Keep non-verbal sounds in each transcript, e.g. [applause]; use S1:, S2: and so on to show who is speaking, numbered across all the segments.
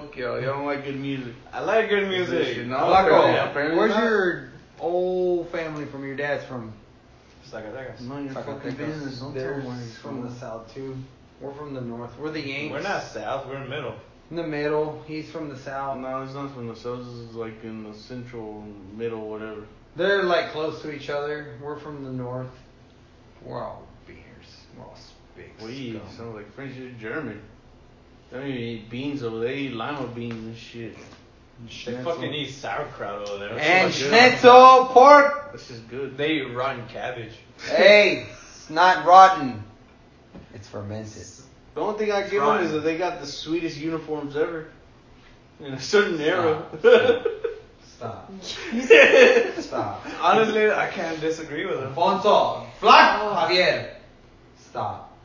S1: Fuck y'all. Y'all don't e um like good music.
S2: I like good
S1: Is
S2: music.
S1: it- no,
S2: I like
S1: no,
S2: all.
S1: yeah. Apparently
S3: Where's
S1: not.
S3: your old family from your dad's from?
S2: Zacatecas.
S3: None of your
S2: Zacatecas.
S3: fucking business. Don't tell
S2: They're
S3: them where he's
S2: from the south too.
S3: We're from the north. We're the Yanks.
S2: We're not south. We're middle.
S3: in the middle. He's from the south.
S1: No, it's not from the south. This is like in the central, middle, whatever.
S3: They're like close to each other. We're from the north. We're all beers. We're all big
S1: We
S3: scum.
S1: sounds like French or German. They don't even eat beans over there. They eat lima beans and shit.
S2: They
S3: Schnitzel.
S2: fucking eat sauerkraut over there.
S3: and
S1: so good.
S3: schnitzel pork.
S1: That's just good.
S2: They eat rotten cabbage.
S3: hey, it's not rotten. It's fermented.
S1: The only thing I give them
S2: Rotten.
S1: is that they got the sweetest uniforms ever. In a certain [laughs] era.
S3: Stop. Stop.
S2: Honestly, I can't disagree with them.
S3: Alfonso, Flock,
S4: Oh.
S3: Javier. Stop.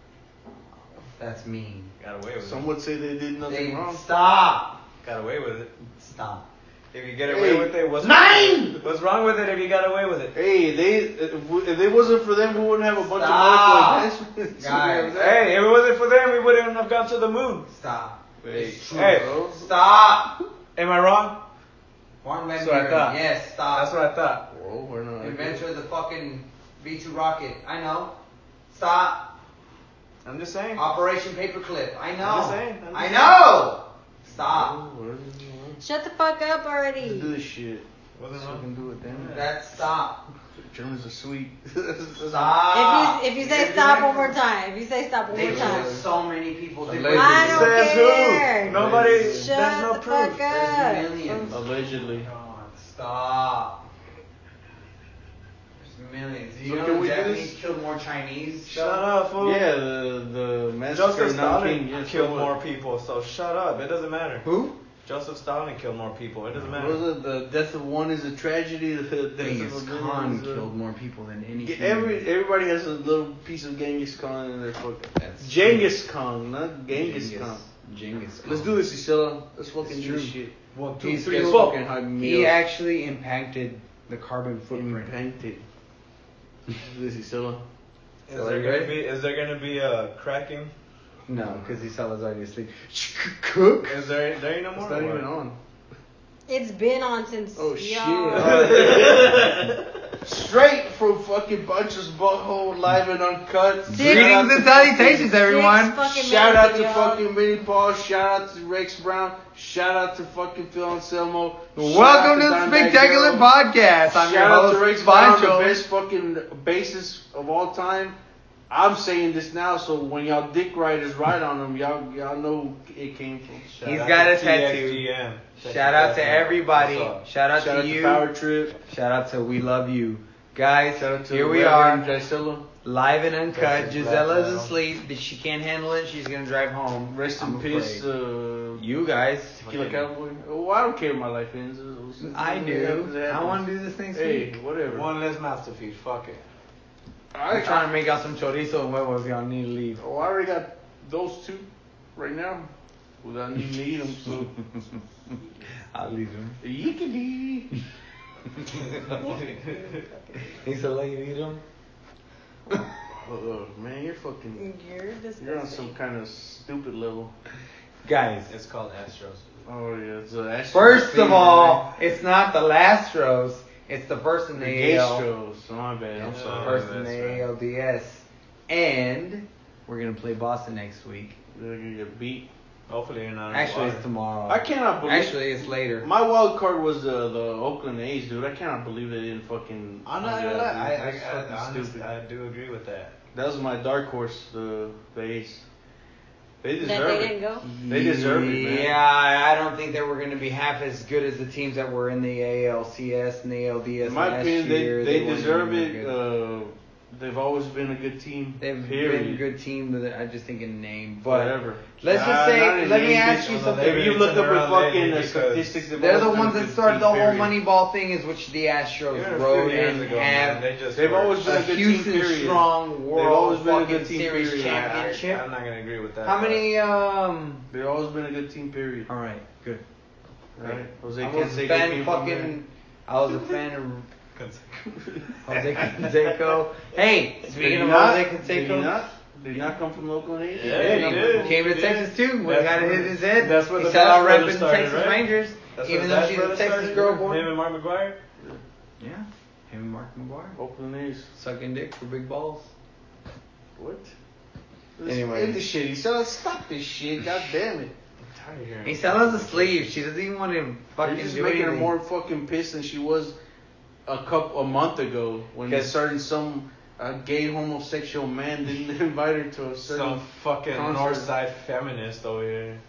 S3: That's mean.
S2: Got away with
S1: Some
S2: it.
S1: would say they did nothing
S3: They-
S1: wrong.
S3: Stop.
S2: Got away with it.
S3: Stop.
S2: If you get away
S1: Hey,
S2: with it, what's
S1: nine!
S2: What's wrong with it if you got away with it?
S1: Hey, they if they wasn't for them, we wouldn't have a bunch of
S3: Stop.
S1: North Pole
S3: Guys.
S2: Hey, if it wasn't for them, we wouldn't have gone to the moon.
S3: Stop.
S1: Hey,
S3: It's true,
S2: Hey,
S1: bro.
S3: Stop.
S2: am I wrong?
S3: Juan
S2: That's
S3: Van
S2: what I
S3: Buren.
S2: thought.
S3: Yes, stop.
S2: That's what I thought.
S1: Well, we're not.
S3: Inventor of the fucking V2 rocket. I know. Stop.
S2: I'm just saying.
S3: Operation Paperclip. I know.
S2: I'm just saying, I'm just
S3: I
S2: saying.
S3: know. Stop.
S1: We're-
S4: Shut the fuck up
S1: we're- Do
S4: already.
S1: this shit.
S2: Wasn't
S1: So we
S2: wrong.
S1: can do it then.
S3: That's stop.
S1: Germans are [laughs] sweet.
S3: Stop.
S4: If you if you
S1: Yeah,
S4: say
S1: you
S4: stop
S1: like
S4: one
S1: them.
S4: more time, if you say stop one
S3: They
S4: more
S3: killed
S4: time,
S3: so many people. They
S1: Allegedly.
S4: I don't
S2: Says
S4: care.
S2: who? Nobody.
S3: Shut
S2: there's no
S4: shut the
S2: proof.
S4: fuck up.
S3: There's millions.
S1: Allegedly.
S3: God, stop. There's millions. Do you
S1: So
S3: know
S1: can
S3: the
S1: we do
S3: Japanese
S1: this?
S3: killed more Chinese?
S2: Shut up, fool.
S1: Yeah, the the massacre
S2: Joseph
S1: of
S2: Stalin
S1: Nanking. yes,
S2: killed
S1: what-
S2: more people, so shut up. It doesn't matter.
S3: Who?
S2: Joseph Stalin killed more people. It doesn't
S1: What
S2: matter.
S1: was it? The death of one is a tragedy. [laughs] The death
S3: Genghis
S1: of a million
S3: Khan
S1: is a-
S3: killed more people than any
S1: Ge-
S3: human.
S1: Every everybody has a little piece of Genghis Khan in their fucking.
S3: That's
S1: Genghis Khan, not Genghis, Khan.
S3: Genghis Khan.
S1: Let's do this, Isilla. Let's fucking
S3: It's
S1: do this
S3: true.
S1: shit.
S2: One, two,
S3: He's
S2: three,
S3: killed-
S2: four.
S1: fucking high
S3: He
S1: meal.
S3: actually impacted the carbon footprint.
S1: Impacted. Let's do this, Isilla.
S2: Is
S3: So
S2: there
S3: you ready?
S2: gonna be is there gonna be a cracking?
S3: No, because he saw us already asleep. Cook.
S2: Is there there ain't no more?
S1: It's not
S2: or what?
S1: even on.
S4: It's been on since.
S1: Oh shit!
S4: y'all-
S1: [laughs] Straight from fucking Bunch's butthole, live and uncut.
S4: Six-
S1: Shout out
S3: Greetings and
S1: to fucking-
S3: salutations,
S4: Six
S3: everyone.
S4: fucking
S1: Shout out to
S4: minutes, y'all.
S1: fucking Mini Paul. Shout out to Rex Brown. Shout out to fucking Phil Anselmo. shout
S3: Welcome
S1: out
S3: to the
S1: Dimebag
S3: Spectacular
S1: Darrell.
S3: Podcast. I'm your
S1: Shout out to Rex
S3: host,
S1: Brown, the
S3: Boncho.
S1: best fucking bassist of all time. I'm saying this now, so when y'all dick riders ride on him, y'all y'all know it came from.
S2: Shout
S3: He's
S2: out
S3: got
S2: to
S3: a tattoo.
S2: TXGM. Check
S3: Shout
S2: your
S3: out to
S2: tattoo.
S3: everybody.
S2: What's up?
S3: Shout out to you.
S1: Power Trip.
S3: Shout out to We Love You. Guys,
S1: Shout out to
S3: here we
S1: Reverend
S3: are,
S1: Gisella.
S3: live and uncut.
S2: That's his black
S3: Gisella is
S2: now.
S3: asleep. but She can't handle it. She's going to drive home.
S1: Rest in
S3: I'm
S1: peace,
S3: afraid.
S1: uh,
S3: You guys.
S1: Tequila Cowboy. Oh, I don't care what my life ends. It's- it's-
S3: I
S1: it
S3: do.
S1: happens, it
S3: I
S1: happens.
S3: want to do this next
S1: Hey,
S3: week.
S1: whatever.
S2: One less mouth to feed. [laughs] Fuck it.
S1: I,
S3: I'm trying to make out some chorizo and huevos. Y'all need to leave.
S1: Oh, I already got those two right now. Without needing to eat them, so
S3: [laughs] I'll leave them.
S1: yickety.
S3: He said, let you eat them.
S1: Oh man, you're fucking.
S4: You're disgusting.
S1: You're on some kind of stupid level.
S3: Guys,
S2: It's called Astros.
S1: Oh yeah, so that's
S3: first of all, it's not the last rows. It's the first in
S1: the
S3: the AL.
S1: Astros. My bad. I'm
S3: It's the
S2: Oh,
S1: sorry.
S3: first in the
S2: that's
S3: ALDS. And we're going to play Boston next week.
S1: They're gonna get beat.
S2: Hopefully you're not. in
S3: Actually,
S2: water.
S3: it's tomorrow.
S1: I cannot believe.
S3: Actually, it's later.
S1: My wild card was uh, the the Oakland A's, dude. I cannot believe they didn't fucking.
S2: I'm not
S1: do
S2: gonna lie.
S1: that,
S2: I,
S1: dude.
S2: I,
S1: That's
S2: I,
S1: fucking
S2: honest- I do agree with that.
S1: That was my dark horse, the the A's. They
S4: That
S1: deserve
S4: they
S1: it.
S4: didn't go.
S1: They deserve it, man.
S3: Yeah, I I don't think they were going to be half as good as the teams that were in the ALCS and the ALDS
S1: In my
S3: last
S1: opinion, they
S3: year.
S1: they,
S3: weren't
S1: deserve
S3: even
S1: it.
S3: good.
S1: Uh, they've always been a good team.
S3: They've
S1: period.
S3: been a good team, but I just think in name. But
S1: Whatever.
S3: let's
S2: Nah,
S3: just
S1: not
S3: say,
S1: in
S3: let me
S1: name,
S3: ask
S2: bitch,
S3: you
S2: although
S3: something.
S2: they-
S1: If you look up
S2: Somewhere
S1: at
S2: around
S1: fucking
S2: there,
S1: uh,
S2: because
S1: statistics, they've
S3: They're the
S1: always been a
S3: ones that
S1: good
S3: started
S1: team,
S3: the whole
S1: period.
S3: money ball thing, is which the Astros
S2: Even a few
S3: rode
S2: years
S3: and
S2: ago, man,
S3: have
S2: they just
S1: They've
S2: were- [laughs]
S1: always been
S3: a
S1: a good
S3: Houston
S1: team. Period.
S3: strong World
S1: always been a
S3: fucking
S1: good team,
S3: Series
S1: period.
S2: I-
S3: championship.
S2: I, am not gonna agree with that.
S3: How
S2: but-
S3: many? Um.
S1: They've always been a good team. Period.
S3: All right, good.
S1: Right? Jose
S3: I was a
S1: Canseco
S3: fan
S1: came from there.
S3: fucking. I was a fan of
S2: Cons-
S3: Jose Canseco. Hey,
S1: Did
S3: speaking
S1: he
S3: of
S1: not?
S3: Jose
S1: Did he
S3: Canseco,
S1: not? Did he not come from Oakland? Either?
S2: Yeah, he
S3: he
S2: did.
S3: Came to
S2: He
S3: Texas
S2: did.
S3: too. We
S2: That's
S3: got
S2: where-
S3: hit his head.
S2: that's where
S3: he
S2: the
S3: said,
S2: Bash
S3: "I'll rep
S2: Brothers
S3: in the
S2: started,
S3: Texas
S2: right?
S3: Rangers,"
S2: That's
S3: even
S2: where
S3: though
S2: Bash
S3: she's a
S2: Brothers
S3: Texas
S2: started,
S3: girl
S2: yeah.
S3: born.
S2: Him and Mark McGuire.
S3: Yeah, him and Mark McGuire
S1: Oakland A's.
S3: sucking dick for big balls.
S1: What?
S3: Anyway.
S1: End the shit. He said, "Stop this
S3: [laughs]
S1: shit. God damn it."
S2: I'm tired of hearing
S3: He's
S2: it.
S3: selling us a sleeve. She doesn't even want to fucking
S1: You're just
S3: do
S1: making her
S3: anything.
S1: more fucking pissed than she was a couple a month ago when a
S2: Guess-
S1: certain some uh, gay homosexual man didn't [laughs] invite her to a certain.
S2: Some fucking
S1: concert.
S2: north side feminist over here.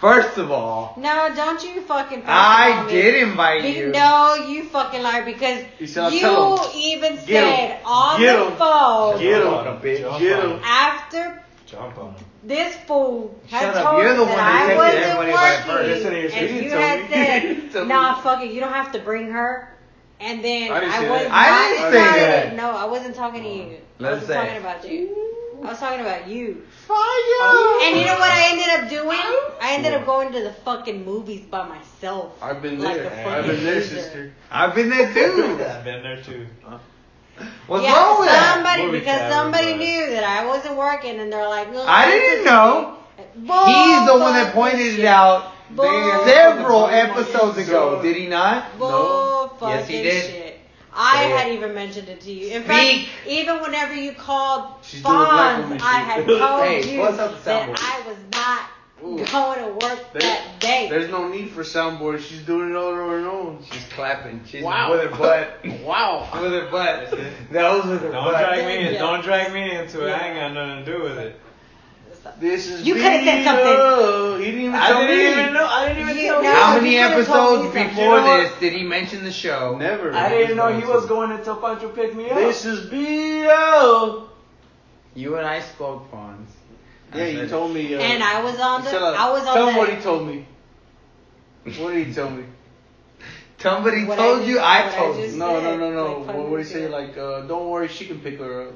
S3: First of all,
S4: No, don't you fucking.
S3: I
S4: fucking
S3: did invite
S4: Be-
S3: you.
S4: No, you fucking liar because
S1: He said, "I'll
S4: you
S1: tell
S4: even
S1: Get
S4: said
S1: 'em.
S4: on
S1: Get
S4: the
S1: 'em.
S4: phone
S1: Get 'em.
S2: Jump on
S3: Bitch.
S2: Jump
S1: Get 'em.
S2: on
S4: after
S2: Jump on him.
S4: this fool had
S3: Shut up.
S4: told
S3: You're the
S4: you
S3: one who
S4: that I
S3: texted
S4: wasn't
S3: everybody about her.
S4: working,
S2: Listen to your shit.
S4: and
S2: You
S4: you
S2: told
S4: had
S2: me.
S3: [laughs]
S1: You
S4: said,
S1: told
S4: "Nah,
S1: me.
S4: fuck it, you don't have to bring her." And then
S1: I
S4: I,
S1: didn't say
S4: was
S1: that.
S4: not.
S3: I didn't say
S4: sorry,
S3: that.
S4: No, I wasn't talking to you.
S3: Let's
S4: I wasn't
S3: say.
S4: talking about you. I was talking about you.
S3: Oh.
S1: Fire!
S4: And you know what I ended up doing? I ended up going to the fucking movies by myself.
S1: I've been
S4: Like
S1: there.
S4: a
S1: I've
S4: fucking
S1: been there,
S4: loser.
S1: sister.
S3: I've been
S2: [laughs]
S3: there too.
S2: I've been there too.
S3: What's
S4: yeah,
S3: wrong with that?
S4: somebody
S2: Movie
S4: because
S2: time,
S4: somebody
S2: but-
S4: knew that I wasn't working, and they're like, "Look,
S3: I
S4: this
S3: didn't
S4: is
S3: know.
S4: me."
S3: He's the one
S4: Bullfucking
S3: that pointed it
S4: shit.
S3: out
S4: Bull-
S3: several episodes ago. Did he not?
S4: Bull
S3: No. Yes, he
S4: fucking
S3: did.
S4: Shit. I
S3: Yeah.
S4: had even mentioned it to you. In
S3: Speak.
S4: fact, even whenever you called
S1: She's doing black woman
S4: Fonz, I
S1: [laughs]
S4: had
S1: shit.
S4: told
S3: Hey,
S4: you
S3: what's up,
S4: that
S3: soundboard?
S4: I was not
S1: Ooh.
S4: going to work
S1: There-
S4: that day.
S1: There's no need for soundboard. She's doing it all on her own.
S3: She's clapping. She's
S1: Wow.
S3: with her butt.
S1: [laughs] Wow.
S3: with her butt. That was with her
S2: Don't
S3: butt.
S2: drag me in.
S4: Yeah.
S2: Don't drag me into it. I
S4: Yeah.
S2: ain't got nothing to do with it.
S1: This is
S4: You could've said something.
S1: Vito. He didn't even
S3: I
S1: tell
S3: didn't
S1: me.
S3: even
S1: know. I didn't
S4: You- no,
S3: How
S4: you
S3: many
S4: could've told
S3: episodes
S4: me something.
S3: before
S1: You know
S3: this did he mention the show?
S1: Never.
S2: [laughs] I didn't know he was going to Topancho pick me up.
S1: This is Vito.
S3: You and I spoke pawns.
S1: Yeah, you told me. Uh,
S4: And I was on
S1: you
S4: the.
S1: said, uh,
S4: I was on
S1: Tell
S4: the.
S1: him what he told me. What did he tell me?
S3: Somebody
S4: What I
S3: told
S4: just-
S3: you, I
S4: what I
S3: told
S4: just-
S3: you.
S1: No, no, no, no.
S4: Like,
S1: what would he say?
S4: fucking-
S1: Like, uh, don't worry, she can pick her up.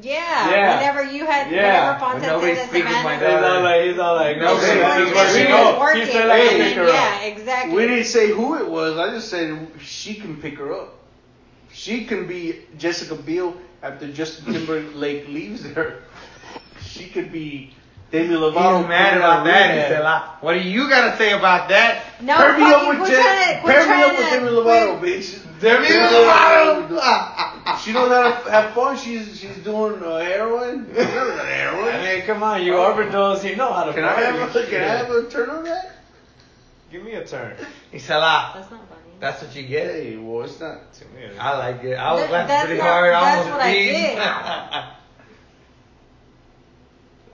S4: Yeah,
S2: Yeah.
S4: Whenever you had,
S2: Yeah.
S4: whenever Fonz
S3: When
S4: had
S3: nobody's
S4: said that
S3: speaking
S4: Savannah,
S3: my
S2: He's all like, he's all like,
S3: No,
S2: no,
S3: she
S2: she's
S3: was
S2: working.
S3: working.
S2: No, he said I
S4: and
S2: can
S4: then-
S2: pick her
S4: yeah,
S2: up.
S4: exactly.
S1: We didn't say who it was. I just said she can pick her up. She can be Jessica Biel after Justin Timberlake [laughs] leaves her. She could be Demi
S3: He
S1: Lovato.
S3: was mad about that. He said, "Like, what do you gotta say about that?
S4: no,
S1: pair me up
S4: fucking
S1: with,
S4: quit
S1: Je-
S4: trying to- quit
S1: pair me
S4: trying
S1: up with
S4: to-
S1: Demi Lovato, bitch.
S3: There
S1: Demi
S3: is a
S1: Lovato.
S3: lot of- ah, ah,
S1: She knows how to have fun. She's she's doing uh, [laughs] heroin. She's doing
S2: I
S1: heroin.
S2: mean, come on, you overdose. You know how to
S1: Can I
S2: party.
S1: have a, can I have a turn on that?
S2: Give me a turn.
S3: ah." [laughs] He said, "Like,
S4: That's not funny.
S3: that's what you get.
S1: Hey, well, it's [laughs] not.
S2: Give me
S3: [laughs]
S2: a- [laughs]
S3: I like it. I was
S4: That-
S3: laughing
S4: that's
S3: pretty
S4: not-
S3: hard. I
S4: that's
S3: almost
S4: what I
S3: peed.
S4: did.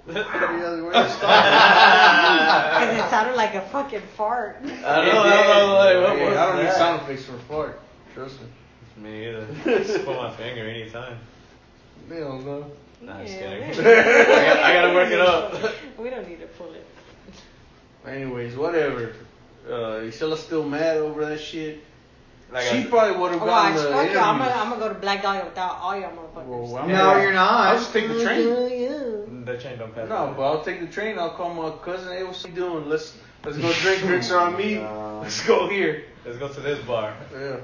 S3: [laughs]
S1: the
S2: I
S1: other way to
S2: [laughs]
S1: start.
S4: Because it sounded like a fucking fart.
S2: don't know.
S1: [laughs]
S2: I was like, what
S1: Hey,
S2: was
S1: I don't need
S2: that?
S1: sound effects for fart. Trust me.
S2: Me either. [laughs] Just put my finger anytime.
S1: They don't know.
S2: Nah,
S4: [laughs]
S2: just
S4: Yeah,
S2: kidding.
S4: we-
S2: [laughs] I gotta- I gotta work it up.
S4: [laughs] We don't need to pull it.
S1: Anyways, whatever. Uh, Isela's still mad over that shit.
S2: Like
S1: she
S2: I,
S1: probably would have
S4: Watch,
S1: gotten the
S4: fuck
S1: interview.
S4: y'all. I'm gonna, I'm gonna go to Black Dahlia without all y'all motherfuckers.
S1: Well, I'm
S3: No,
S1: gonna-
S3: you're not.
S1: I'll just take the train.
S3: [laughs]
S2: the chain don't pass.
S1: No, but I'll take the train. I'll call my cousin. Hey, what's he doing? Let's let's go drink. [laughs] Drinks are on me.
S2: No.
S1: Let's go here.
S2: Let's go to this bar.
S1: Yeah.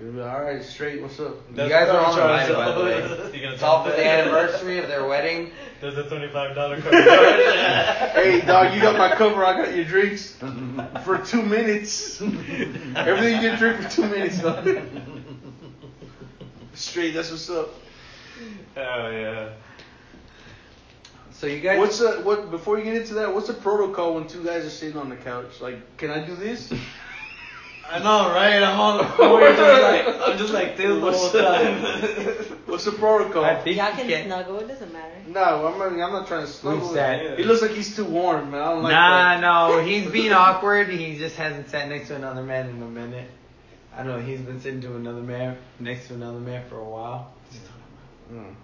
S1: It'll be All right, straight. What's up?
S3: You guys are all invited, by the way.
S2: [laughs] You gonna
S3: It's all for the
S2: that?
S3: anniversary of their wedding.
S2: There's a twenty-five dollar [laughs] card.
S1: Hey, dog, you got my cover. I got your drinks for two minutes. Everything you can drink for two minutes, dog. Straight. That's what's up.
S2: Hell yeah.
S3: So you guys, [laughs]
S1: What's the what? Before you get into that, what's the protocol when two guys are sitting on the couch? Like, can I do this?
S2: I know, right? I'm all [laughs]
S1: we're just like-
S2: I'm just like this
S1: whole
S2: [laughs]
S1: What's the protocol?
S3: [laughs] I think
S4: Y'all
S3: you
S4: can
S3: can-
S4: snuggle. It doesn't matter.
S1: no, I'm not, I'm not trying to snuggle.
S3: Who's that?
S1: He looks like he's too warm, man. I don't like
S3: nah,
S1: that.
S3: no, he's being awkward. He just hasn't sat next to another man in a minute. I know he's been sitting to another man next to another man for a while.
S1: Mm.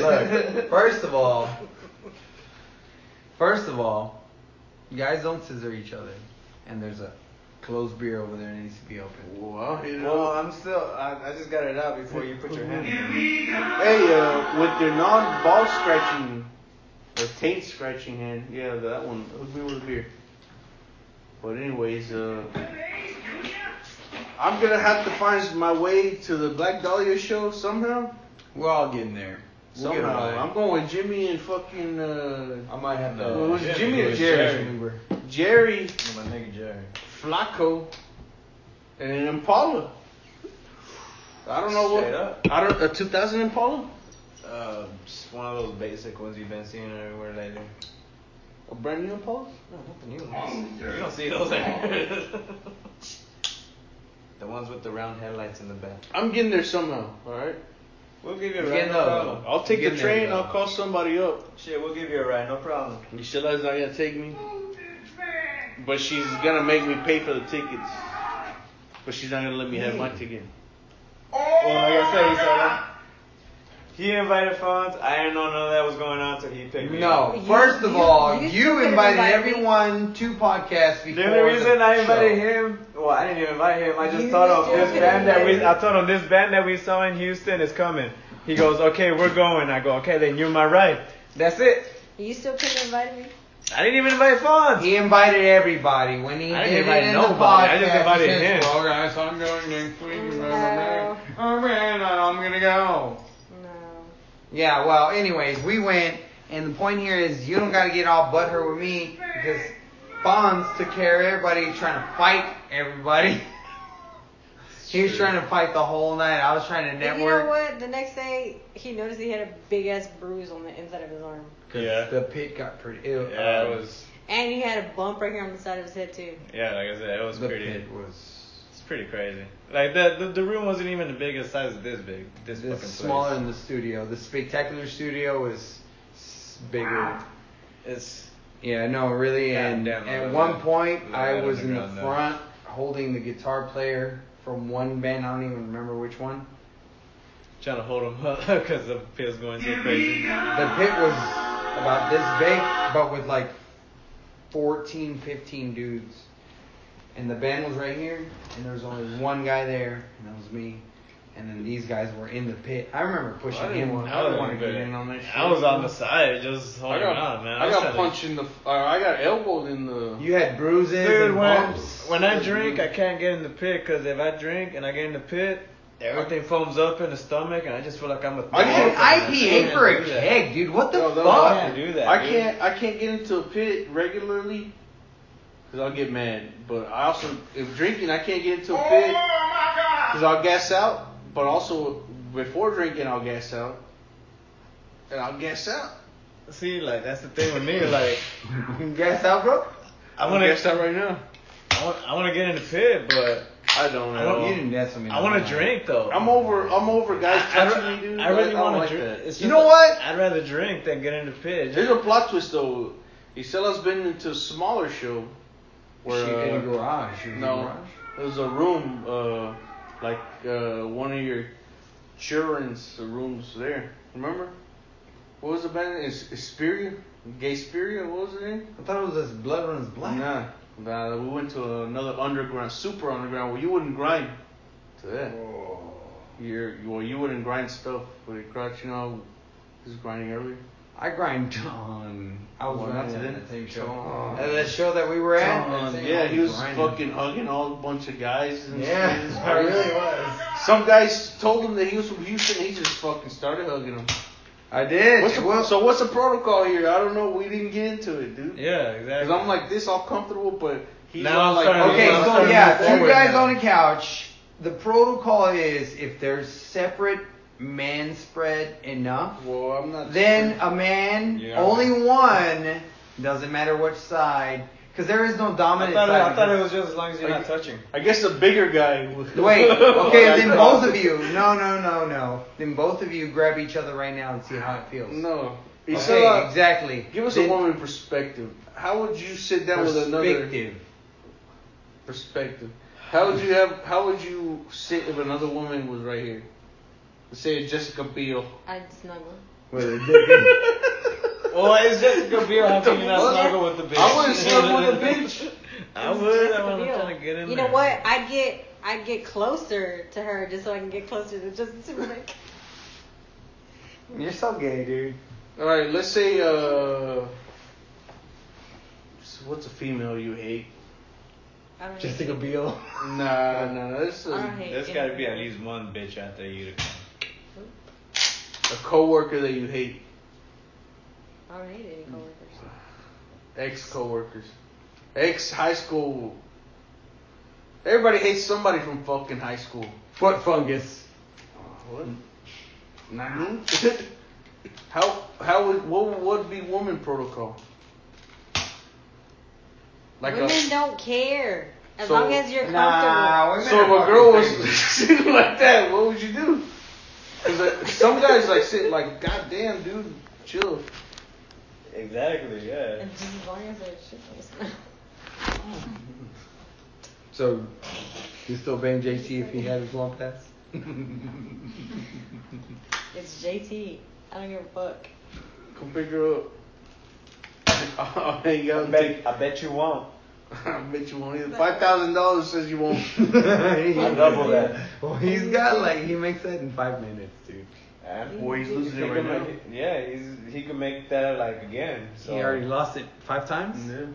S3: Look, first of all, first of all, you guys don't scissor each other, and there's a closed beer over there that needs to be opened.
S1: Well, you
S2: Well,
S1: know.
S2: I'm still. I, I just got it out before you put your hand. in.
S1: Hey, uh, with your non-ball scratching or taint scratching hand, yeah, that one hook me with a beer. But anyways, uh, I'm gonna have to find my way to the Black Dahlia show somehow.
S3: We're all getting there. We'll get
S1: Somehow,
S3: by.
S1: I'm going with Jimmy and fucking uh,
S3: I might have to.
S1: Well, it was
S3: Yeah,
S1: Jimmy
S3: it
S1: or
S3: was
S1: Jerry?
S3: remember?
S1: Jerry
S2: My nigga Jerry.
S1: Flacco and Impala. I don't know
S2: Straight
S1: what.
S2: up.
S1: I don't. A 2000 Impala,
S2: Uh, just one of those basic ones you've been seeing everywhere lately.
S1: a brand new Impala.
S2: No, not the new ones. You don't see those [laughs] anywhere. the ones with the round headlights in the back.
S1: I'm getting there somehow. All right.
S2: We'll give you
S3: We're
S2: a ride,
S3: getting
S2: no
S3: up.
S2: problem.
S1: I'll take the
S3: Getting there,
S1: train.
S3: though.
S1: I'll call somebody up.
S2: Shit, we'll give you a ride, no problem.
S1: Michelle's not gonna take me, but she's gonna make me pay for the tickets. But she's not gonna let me have my ticket.
S2: Well, like I said, he said uh, he invited Fonz. I didn't know none of that was going on, so he picked me.
S3: No.
S4: You-
S3: First of
S4: you-
S3: all,
S4: you
S3: you,
S4: still could've
S3: invited
S4: invited me.
S3: everyone to podcasts before.
S2: The only reason I invited
S3: show.
S2: him, well, I didn't even invite him. I just
S4: You
S2: told him
S4: just
S2: this band that we,
S4: invited
S2: I told him this band that we saw in Houston is coming. He goes, okay, we're going. I go, okay, then you're my right. That's it.
S4: You still couldn't invite me?
S2: I didn't even invite Fonz.
S3: He invited everybody. When he
S2: I
S3: did
S2: didn't
S3: it
S2: invite
S3: in the
S2: nobody. I just
S3: podcast,
S2: invited
S3: he says,
S2: him.
S3: Well, guys, I'm going next
S4: Mm,
S3: week.
S4: No.
S3: Oh man, I'm gonna go.
S4: No.
S3: Yeah. Well, anyways, we went, and the point here is you don't gotta get all butthurt with me because Bonds took care of everybody, trying to fight everybody. he was trying to fight the whole night. I was trying to
S4: But
S3: network.
S4: you know what? The next day, he noticed he had a big ass bruise on the inside of his arm.
S3: Cause
S2: Yeah.
S3: the pit got pretty. It,
S2: Yeah,
S3: uh,
S2: it was.
S4: And he had a bump right here on the side of his head, too.
S2: Yeah, like I said, it was
S3: the
S2: pretty.
S3: pit was
S2: It's pretty crazy. Like the, the the room wasn't even the biggest size of this big. This,
S3: this
S2: fucking
S3: smaller
S2: place.
S3: than the studio. The spectacular studio was s- bigger.
S2: It's
S3: Yeah, no, really.
S2: Yeah,
S3: and
S2: damn,
S3: at
S2: I
S3: one
S2: was-
S3: point,
S2: I
S3: I
S2: was
S3: was in the
S2: underground, though.
S3: front holding the guitar player from one band. I don't even remember which one.
S2: trying to hold them [laughs] up because the pit's going so crazy.
S3: The pit was about this big, but with like 14, 15 dudes. And the band was right here, and there was only one guy there, and that was me. And then these guys were in the pit. I remember pushing
S1: I didn't
S3: him.
S1: want-
S3: I
S1: I
S3: don't
S1: didn't
S3: want to
S2: But
S3: get in on that shit.
S2: I was on the side just
S1: I
S2: holding
S1: got,
S2: on, man.
S1: Oh, I
S2: was
S1: got
S2: trying
S1: punched in the. Uh, I got elbowed in the.
S3: You had bruises
S2: To... Dude,
S3: and
S2: when,
S3: bumps.
S2: when I drink, I can't get in the pit because if I drink and I get in the pit, everything foams up in the stomach and I just feel like I'm a.
S1: I
S3: Dude,
S1: can't-
S3: IPA for a
S2: do that.
S3: keg, dude. What the
S1: No, that was-
S3: fuck?
S2: I can't do that.
S1: I
S2: dude.
S1: can't I can't get into a pit regularly because I'll get mad. But I also if drinking I can't get into a pit because I'll gas out. But also before drinking I'll gas out, and I'll gas out.
S2: see like that's the thing with me.
S1: [laughs]
S2: Like
S3: [laughs] Gas out, bro.
S2: I
S1: I'm
S2: want
S1: gassed
S2: to
S1: out right now.
S2: I want- I want to get in the pit, but
S1: I don't
S2: I
S1: know.
S2: don't-
S3: You didn't dance with me.
S2: I want to drink though.
S1: I'm over I'm over guys
S2: I,
S1: touching
S2: I,
S1: me, dude.
S2: I really
S1: don't
S2: want to
S1: like
S2: drink.
S1: that.
S2: It's
S3: You
S2: just
S3: know
S2: like-
S3: what?
S2: I'd rather drink than get in the pit.
S1: There's a plot twist though. Isella's been into a smaller show where
S3: She in a
S1: uh,
S3: garage. She was
S1: no.
S3: in a garage.
S1: there's a room uh, like uh, one of your children's rooms there. Remember? What was the band? name? Is Spiria? Gay Spiria? What was the name?
S3: I thought it was this blood runs black.
S1: Nah, nah. We went to another underground, super underground. Well, you wouldn't grind to that. You're well, you wouldn't grind stuff with your crotch. You know, I was grinding earlier.
S3: I grind on. I was
S1: Well,
S3: not
S1: that's
S3: at
S1: it.
S3: that same show.
S1: Tom.
S3: At that show that we were at. that
S1: Um,
S3: same- I
S1: yeah, he was
S3: grinding.
S1: fucking hugging all a bunch of guys. And
S3: Yeah,
S1: shit.
S3: [laughs] I really was.
S1: Some guys told him that he was from Houston. He just fucking started hugging them.
S3: I did.
S1: What's the,
S3: [laughs] Well,
S1: so what's the protocol here? I don't know. We didn't get into it, dude.
S2: Yeah, exactly.
S1: Because I'm like this, all comfortable, but he's
S2: Now
S1: all
S2: I'm
S1: like,
S2: starting to
S3: okay,
S2: I'm
S3: so
S2: starting to
S3: yeah,
S2: move
S3: two
S2: forward
S3: guys
S2: now.
S3: on a couch. The protocol is if there's separate man spread enough,
S1: Well, I'm not.
S3: Then a man,
S2: Yeah.
S3: only one, doesn't matter which side, because there is no
S2: I
S3: dominant
S2: thought,
S3: side.
S2: I thought it was just as long as you're
S1: Are
S2: not touching.
S1: I guess the bigger guy. [laughs] would-
S2: [laughs]
S3: Wait, okay, then
S1: I
S3: both
S1: know.
S3: of you. No, no, no, no. Then both of you grab each other right now and see how it feels.
S1: No.
S3: Okay,
S1: Isela,
S3: exactly.
S1: give us
S3: Then
S1: a woman perspective. How would you sit down with another?
S3: Perspective.
S1: perspective. How would you have? How would you sit if another woman was right here? Let's say Jessica Biel.
S4: I'd snuggle.
S3: With a
S1: [laughs]
S3: dick.
S2: Well, it's just a beer
S1: What the
S2: after you not
S1: fuck?
S2: snuggle with the bitch.
S1: I wouldn't snuggle with a bitch.
S2: [laughs] I
S4: It's
S2: would.
S4: just
S2: I
S4: a
S2: want to
S4: deal.
S2: try to get in
S4: You
S2: there.
S4: know what? I'd get I'd get closer to her just so I can get closer to Justin Timberlake.
S3: in. You're so gay, dude.
S1: All right, let's say uh, what's a female you hate?
S4: I don't hate
S3: Jessica Biel.
S1: Nah, nah, this is
S4: I don't
S1: a,
S4: hate
S2: There's got to
S4: it.
S2: be at least one bitch out there you.
S1: a coworker that you hate,
S4: I don't hate any coworkers.
S1: ex coworkers, ex high school. Everybody hates somebody from fucking high school.
S3: Foot fungus.
S1: What? Nah.
S3: Hmm?
S1: [laughs] how how would what would be woman protocol? Like
S4: Women
S1: a
S4: don't care. As
S1: So-
S4: long as you're comfortable.
S3: Nah, women
S1: so if
S3: are
S1: a girl was [laughs]
S3: fucking crazy.
S1: like that, what would you do? Cause like, some guys like sit like, goddamn dude, chill.
S2: Can. Exactly. Yeah.
S1: [laughs]
S4: And just as long as their shit don't smell.
S3: So, you still bang JT if he had his long
S1: [laughs]
S3: pass?
S4: [laughs] It's JT. I don't give a fuck.
S1: Come pick her up. [laughs] I'll hang out
S2: I
S1: and take. [laughs]
S2: bet, I bet you won't.
S1: I bet you won't either. Five thousand dollars says you won't.
S2: I double that.
S3: Well, he's got like he makes that in five minutes, dude.
S2: And
S1: Boy, he's
S2: he
S1: losing it right
S2: could
S1: now.
S2: make it, yeah, he's he could make that like again. So. [laughs]
S3: He already lost it five times.
S1: Or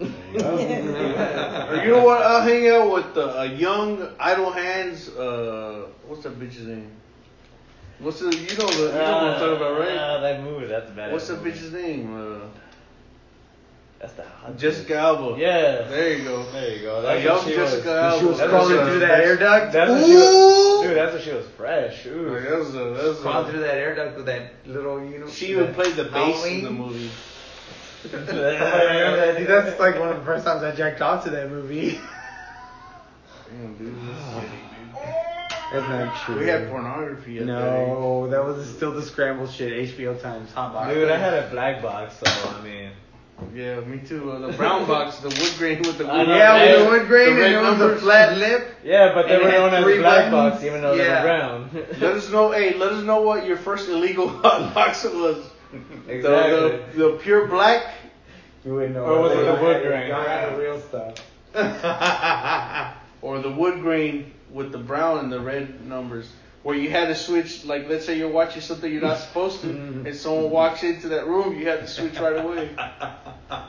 S1: you know what? I'll hang out with uh, a young idle hands. Uh, what's that bitch's name? What's the? You know the? You know what I'm talking about, right?
S3: Uh,
S2: Ah, that movie, that's bad.
S1: What's the bitch's name?
S2: That's the
S1: Uh,
S2: hot
S1: Jessica Alba.
S2: Yeah.
S1: There you go.
S2: There you go.
S1: A
S2: That's
S1: young
S2: what she
S1: Jessica
S2: was.
S1: Alba.
S3: She was
S2: That's
S3: crawling
S2: what she
S3: through
S2: was-
S3: that air duct.
S2: That's what she was. Dude, that's what she was fresh.
S3: Oh,
S2: Ooh. [laughs]
S1: Like, that was a, that was
S3: Crawling
S1: a,
S3: through that air duct with that little, you know.
S1: she even played the bass in the
S3: Halloween?
S1: movie.
S3: I remember that, [laughs] dude. [laughs] That's like one of the first times I jacked off to that movie. [laughs]
S1: Damn, dude.
S3: Ah.
S1: this is shitty,
S3: That's not true.
S1: dude. We had pornography at that
S3: No, that was still the scramble shit. HBO Times, hot box.
S2: Dude, I had a black box, so I mean.
S1: age. Yeah, me too. Uh, the brown box, the wood grain with the
S2: [laughs] I
S1: wood.
S2: know,
S3: yeah,
S2: man.
S3: with the wood grain
S1: The
S3: and
S1: red
S3: it was a
S1: numbers.
S3: flat lip.
S2: Yeah, but they
S3: And it
S2: were
S3: had
S2: known as
S3: three
S2: black
S3: buttons?
S2: box, even though
S3: Yeah.
S2: they were brown. [laughs]
S1: Let us know, hey, let us know what your first illegal [laughs] hot box was. The,
S2: exactly.
S1: the, the pure black.
S3: You wouldn't know.
S2: Or was
S3: that.
S2: it the
S3: I
S2: wood
S3: had-
S2: grain?
S3: I had the real [laughs] stuff.
S1: or the wood grain with the brown and the red numbers, where you had to switch. Like, let's say you're watching something you're not supposed to,
S3: [laughs]
S1: and someone walks into that room, you had to switch right
S3: [laughs]
S1: away.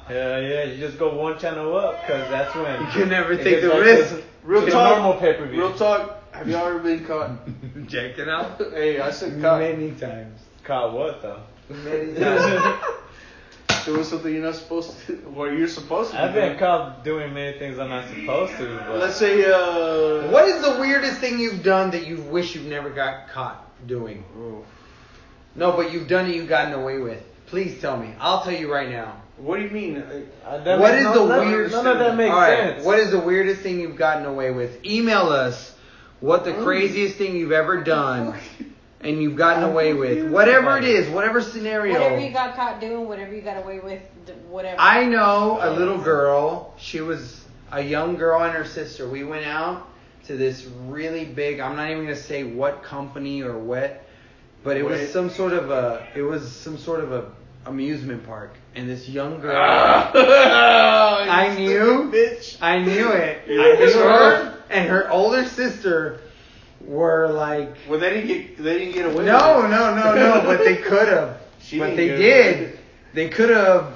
S2: Yeah, yeah, you just go one channel up, because that's when.
S3: You can never
S2: it gets
S3: take the
S2: back to
S3: risk.
S2: the-
S1: Real
S2: to
S1: talk.
S2: normal pay per
S1: Real
S2: view.
S1: talk. Have you ever been caught? [laughs]
S3: Jacked it out.
S1: hey, I said caught
S3: Many times.
S2: Caught what, though?
S1: [laughs]
S3: Many times.
S1: doing something you're not supposed to, or you're supposed to.
S2: I've
S1: be
S2: been
S1: doing.
S2: caught doing many things I'm not supposed to, but.
S1: Let's say. Uh,
S3: [laughs] what is the weirdest thing you've done that you wish you never got caught doing?
S1: Oh.
S3: No, but you've done it. You've gotten away with. Please tell me. I'll tell you right now.
S1: What do you mean? [laughs] Uh,
S2: Uh, that
S3: what
S2: makes
S3: is
S2: no-
S3: the
S2: none-
S3: weirdest?
S2: None of that makes
S3: All right,
S2: sense.
S3: What is the weirdest thing you've gotten away with? Email us what
S2: Oh.
S3: the craziest thing you've
S2: [laughs]
S3: ever done and you've gotten away with. Whatever it is, whatever scenario.
S4: Whatever you got caught doing, whatever you got away with, d- whatever.
S3: I know a little girl. She was a young girl and her sister. We went out to this really big. I'm not even gonna say what company or what, but it
S1: Wait.
S3: was some sort of a. It was some sort of a amusement park, and this young girl.
S2: Ah!
S3: I
S1: I
S3: knew.
S1: bitch.
S3: I knew it.
S1: You
S3: I knew
S1: knew
S3: her and her older sister were like.
S1: Well, they didn't get. They didn't get away. with
S3: No,
S1: it.
S3: no, no, no. But they could have.
S1: [laughs] She
S3: But
S1: didn't
S3: they
S1: get away with
S3: did.
S1: it.
S3: They could have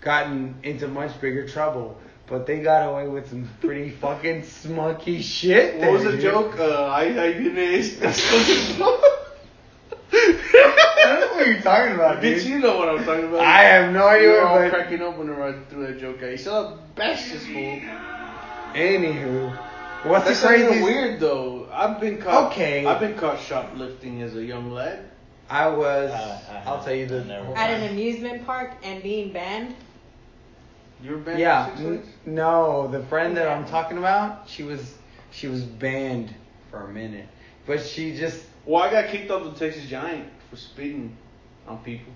S3: gotten into much bigger trouble. But they got away with some pretty fucking smoky shit.
S1: What
S3: there,
S1: was the
S3: dude. [laughs]
S1: joke? Uh, I I didn't. [laughs]
S3: I don't know what you're talking about,
S1: Bitch,
S3: dude.
S1: you know what I'm talking about.
S3: I have no
S1: You were
S3: idea.
S1: all
S3: But
S1: cracking up whenever I threw that joke out. You saw a bash this fool.
S3: anywho, what's
S1: That's
S3: the
S1: not even
S3: craziest?
S1: weird though. I've been caught.
S3: Okay.
S1: I've been caught shoplifting as a young lad.
S3: I was.
S2: Uh, uh,
S3: I'll tell you the.
S2: I never-
S4: At an amusement park and being banned.
S1: You were banned
S3: yeah.
S1: for six
S3: n-
S1: weeks.
S3: no, the friend that I'm talking about, she was she was banned for a minute, but she just
S1: Well, I got kicked off the Texas Giant for speeding on [laughs] people.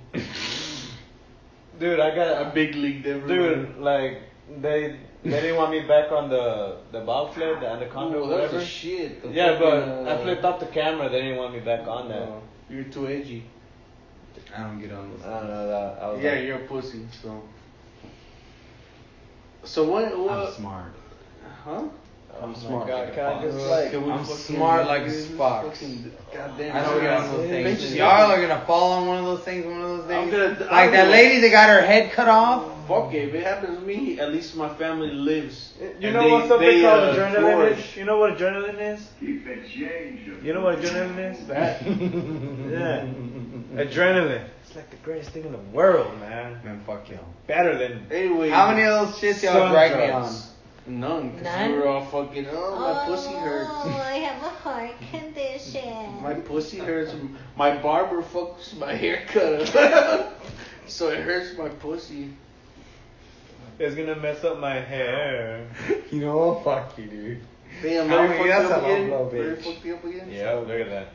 S2: dude, I
S1: I
S2: got
S1: big leagued everywhere.
S2: dude. Like they they didn't want me back on the the bobsled, the anaconda,
S1: Ooh,
S2: or
S1: that was
S2: whatever.
S1: a shit. The
S2: yeah,
S1: fucking,
S2: but
S1: uh,
S2: I flipped off the camera. They didn't want me back on that.
S1: uh, you're too edgy.
S3: I don't get on
S2: I don't know that. I was
S1: Yeah,
S2: like,
S1: you're a pussy. So. So when
S3: this.
S1: what?
S3: I'm smart.
S1: Huh?
S2: oh
S3: I'm
S2: my
S3: smart
S2: God,
S3: like a
S2: can I
S3: fox.
S2: just like
S1: Can we
S3: I'm
S1: fucking-
S3: smart like a
S1: can we
S3: fox.
S1: fucking- Goddamn.
S3: I don't get on those
S1: Bitches,
S3: things.
S1: y'all
S3: Y'all are gonna fall on one of those things, one of those
S1: I'm
S3: things.
S1: gonna- I'm
S3: like that
S1: gonna-
S3: lady that got her head cut off.
S1: [laughs] fuck it. If it happens to me, at least my family lives.
S2: You
S1: And
S2: know
S1: they-
S2: what's something
S1: they,
S2: called
S1: uh,
S2: adrenaline
S1: flourish.
S2: is? You know what adrenaline is?
S5: Keep it changed.
S2: You know what adrenaline
S1: [laughs]
S2: is? That. yeah. Adrenaline. It's like the greatest thing in the world, man.
S3: Man, fuck y'all.
S2: Better than.
S1: Anyway,
S3: How many of those shits y'all drag me on?
S2: Sundrops.
S1: None, because
S4: None?
S1: we were all fucking. Oh, my pussy
S4: Oh,
S1: hurts.
S4: I have a heart condition.
S1: My pussy hurts. My barber fucks my haircut [laughs] up, so it hurts my pussy.
S2: It's gonna mess up my hair.
S3: You know what? Fuck you, dude.
S1: Damn,
S3: How
S1: Larry
S3: many-
S1: fucked
S3: that's
S1: you up
S3: a low
S1: again.
S3: blow,
S1: Larry
S3: bitch.
S1: fucked you up again.
S2: Yeah, look at that.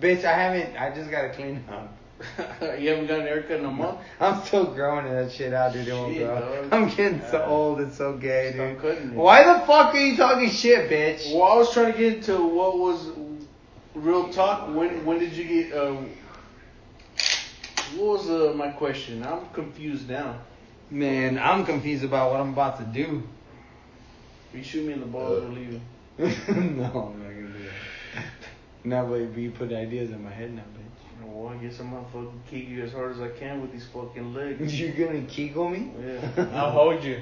S3: Bitch, I haven't. I just gotta clean up.
S1: [laughs] you haven't gotten an haircut in a month.
S3: I'm still growing that shit out, dude. It won't
S1: Shit,
S3: grow.
S1: dog.
S3: I'm getting so old and so gay,
S1: Stop
S3: dude.
S1: cutting it.
S3: Why the fuck are you talking shit, bitch?
S1: Well, I was trying to get into what was real talk. When when did you get? Uh, what was uh, my question? I'm confused now.
S3: Man, I'm confused about what I'm about to [laughs] do.
S1: If you shoot me in the
S3: Uh.
S1: balls, I'll leave. you.
S3: no, I'm not gonna do that. Now, but you put ideas in my head now, bitch.
S1: Well, I guess I'm gonna fucking kick you as hard as I can with these fucking
S3: [laughs]
S1: legs.
S3: You're gonna kegel [laughs] me?
S1: Yeah.
S2: I'll hold you.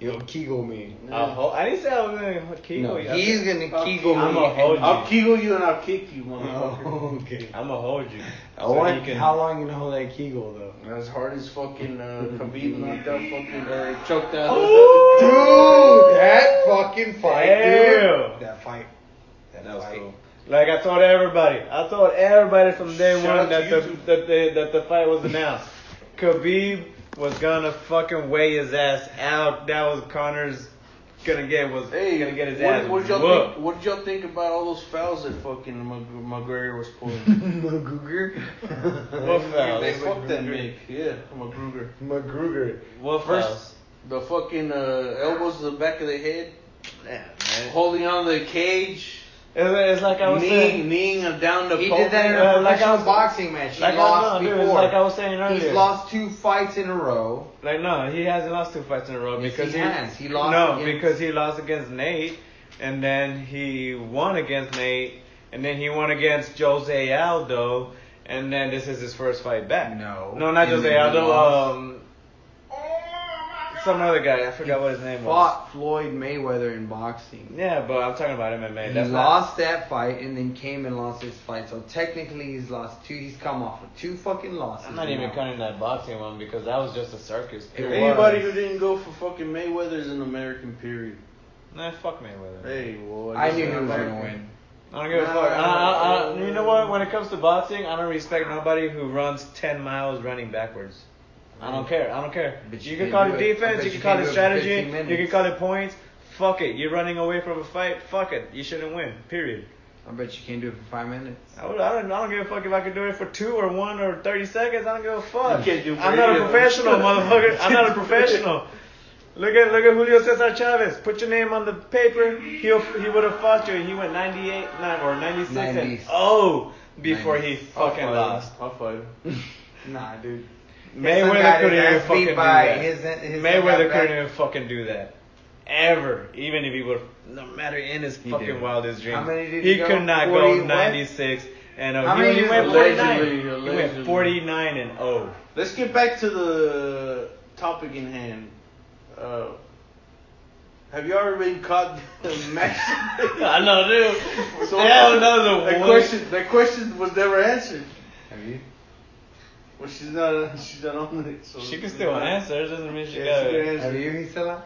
S3: You'll kegel me.
S2: I'll hold. I didn't say I was gonna
S3: No,
S2: kegel you. I
S3: he's
S2: said-
S3: gonna
S1: I'll
S3: kegel me.
S2: I'm a hold you.
S1: I'll kegel you and I'll kick you, motherfucker.
S3: [laughs] Oh, okay.
S2: I'm gonna hold you.
S3: I
S2: So
S3: want,
S2: you can-
S3: How long you gonna hold that kegel though?
S1: As hard as fucking uh, Khabib knocked out fucking uh, choked out.
S3: [laughs] Dude, that fucking fight,
S2: Damn.
S3: dude. That fight. That,
S2: That was
S3: fight. [laughs]
S2: cool. Like I told everybody, I told everybody from day
S1: Shout
S2: one
S1: out
S2: that
S1: to
S2: the,
S1: YouTube.
S2: that the that the fight was announced. Khabib was gonna fucking weigh his ass out. That was Connor's gonna get was
S1: Hey,
S2: gonna get his
S1: what,
S2: ass
S1: what did y'all
S2: whooped.
S1: think, what did y'all think about all those fouls that fucking Mag- McGregor was pulling?
S3: [laughs] McGruger.
S2: What
S3: [laughs]
S2: foul?
S1: They
S2: That's
S1: fucked that Mick. Yeah, McGruger.
S3: McGruger.
S2: What
S1: First-
S2: first?
S1: The fucking uh, elbows to the back of the head,
S2: Yeah, man.
S1: holding on to the cage,
S2: It's, it's like I was
S1: kneeing,
S2: saying.
S1: kneeing him down the
S3: He
S1: pole.
S3: did that in a
S2: Uh,
S3: professional
S2: like I was-
S3: boxing match. He
S2: Like I,
S3: lost
S2: no, dude, it's
S3: before.
S2: like I was saying earlier.
S3: He's lost two fights in a row.
S2: Like no, he hasn't lost two fights in a row
S3: Yes,
S2: because
S3: he has. He lost
S2: No,
S3: against-
S2: because he lost against Nate, and then he won against Nate, and then he won against Jose Aldo, and then this is his first fight back.
S3: No.
S2: no, not
S3: And
S2: Jose
S3: then he
S2: Aldo.
S3: lost.
S2: Um, some other guy. I forgot what his name was.
S3: Fought Floyd Mayweather in boxing.
S2: Yeah, but I'm talking about MMA.
S3: He
S2: That's not-
S3: lost that fight and then came and lost his fight. So technically, he's lost two. He's come off of two fucking losses.
S2: I'm not even
S3: now.
S2: counting that boxing one because that was just a circus.
S3: It
S2: period.
S1: Anybody who didn't go for fucking Mayweather is an American period.
S2: Nah, fuck Mayweather.
S1: Hey, well,
S3: I
S1: guess
S3: knew
S1: they're
S3: he was
S1: American.
S3: gonna win.
S2: I don't give a
S1: Nah.
S2: fuck. I, I, I, you know what? When it comes to boxing, I don't respect nobody who runs 10 miles running backwards. I don't care. I don't care.
S3: But
S2: you
S3: you
S2: can
S3: can
S2: call
S3: do
S2: it
S3: it. I
S2: defense. You
S3: bet you
S2: can call
S3: can
S2: it
S3: do it for
S2: strategy.
S3: 15 minutes.
S2: You can call it points. Fuck it. You're running away from a fight. Fuck it. You shouldn't win. Period.
S3: I bet you can't do it for five minutes.
S2: I, would, I, don't, I don't give a fuck if I could do it for two or one or 30 seconds. I don't give a fuck.
S1: You can't do
S2: I'm not a
S1: radio. [laughs]
S2: professional, motherfucker. I'm not a professional. Look at look at Julio Cesar Chavez. Put your name on the paper. He'll, he would have fought you. and He went 98 nine, or 96 and
S3: 90.
S2: oh before he
S3: 90.
S2: fucking
S1: Oh,
S2: lost.
S1: I'll fight him.
S3: Nah, [laughs] dude.
S2: Mayweather couldn't even fucking do that.
S3: His, his
S2: Mayweather
S3: back.
S2: couldn't even fucking do that. Ever. Even if he would, no matter in his fucking
S3: did.
S2: wildest dreams.
S3: How many did
S2: he
S3: he go?
S2: could not
S3: 40
S2: go
S3: what?
S2: 96 and
S3: How
S2: oh.
S3: many
S2: He, he
S3: did-
S2: went 49.
S1: Allegedly,
S2: He
S1: allegedly.
S2: went 49 and oh. 0.
S1: [laughs] Let's get back to the topic in hand. Uh, have you ever been
S2: [laughs]
S1: caught [laughs] masturbating?
S2: [laughs] I know, dude.
S1: So-
S2: Damn, that was a
S1: That
S2: one-
S1: question, that question was never answered.
S3: Have you?
S1: Well, she's not, [laughs] she's not on it. So
S2: She
S1: [laughs]
S2: can still answer. It doesn't mean she
S1: Yeah,
S2: got
S1: she can
S2: it.
S1: answer.
S3: Have you, Gisela?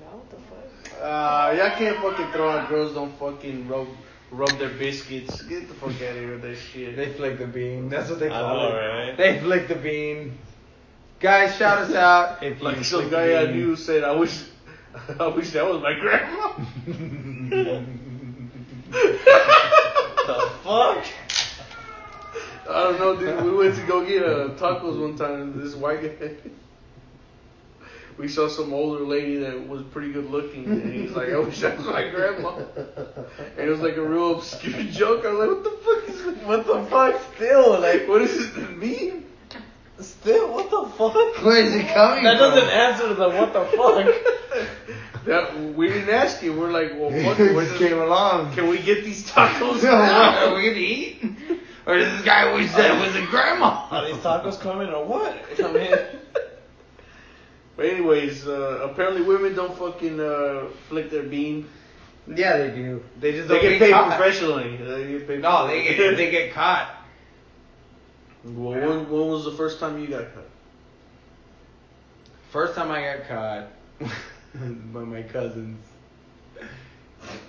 S4: No, what the fuck?
S1: Uh, y'all can't fucking throw out girls don't fucking rub rub their biscuits. Get the fuck out of here with that shit.
S3: They flick the bean. That's what they
S2: I
S3: call
S2: know,
S3: it.
S2: right?
S3: They flick the bean. Guys, shout us out. If
S1: Like
S3: you
S1: some
S3: flick the
S1: guy I
S3: bean.
S1: knew said, I wish, [laughs] I wish that was my grandma.
S2: The fuck?
S1: I don't know, dude. We went to go get uh, tacos one time. and This white guy. We saw some older lady that was pretty good looking, and he's like, "I wish that was my grandma." And it was like a real obscure [laughs] joke. I was like, "What the fuck is this?
S2: What the fuck? Still, like,
S1: What is this mean?"
S2: still, what the fuck?
S3: Where is it coming
S2: That
S3: from?
S2: doesn't answer the what the fuck. [laughs]
S1: That we didn't ask you. We're like, "Well, [laughs]
S3: It [laughs]
S1: fuck, it, where
S3: just
S1: does-
S3: came along.
S1: can we get these
S3: [laughs]
S1: tacos?" now?
S3: Are we gonna eat? Or does this guy wish that it was a grandma?
S2: [laughs] Are these tacos coming or what? I mean,
S1: But anyways, uh, apparently women don't fucking uh, flick their bean.
S3: Yeah, they do.
S1: They just
S3: They
S1: don't
S3: get
S1: get, paid
S3: caught.
S1: professionally. They get paid
S3: No, they get they
S1: [laughs]
S3: get caught.
S1: well, when, when was the first time you got cut?
S3: First time I got caught [laughs] by my cousins.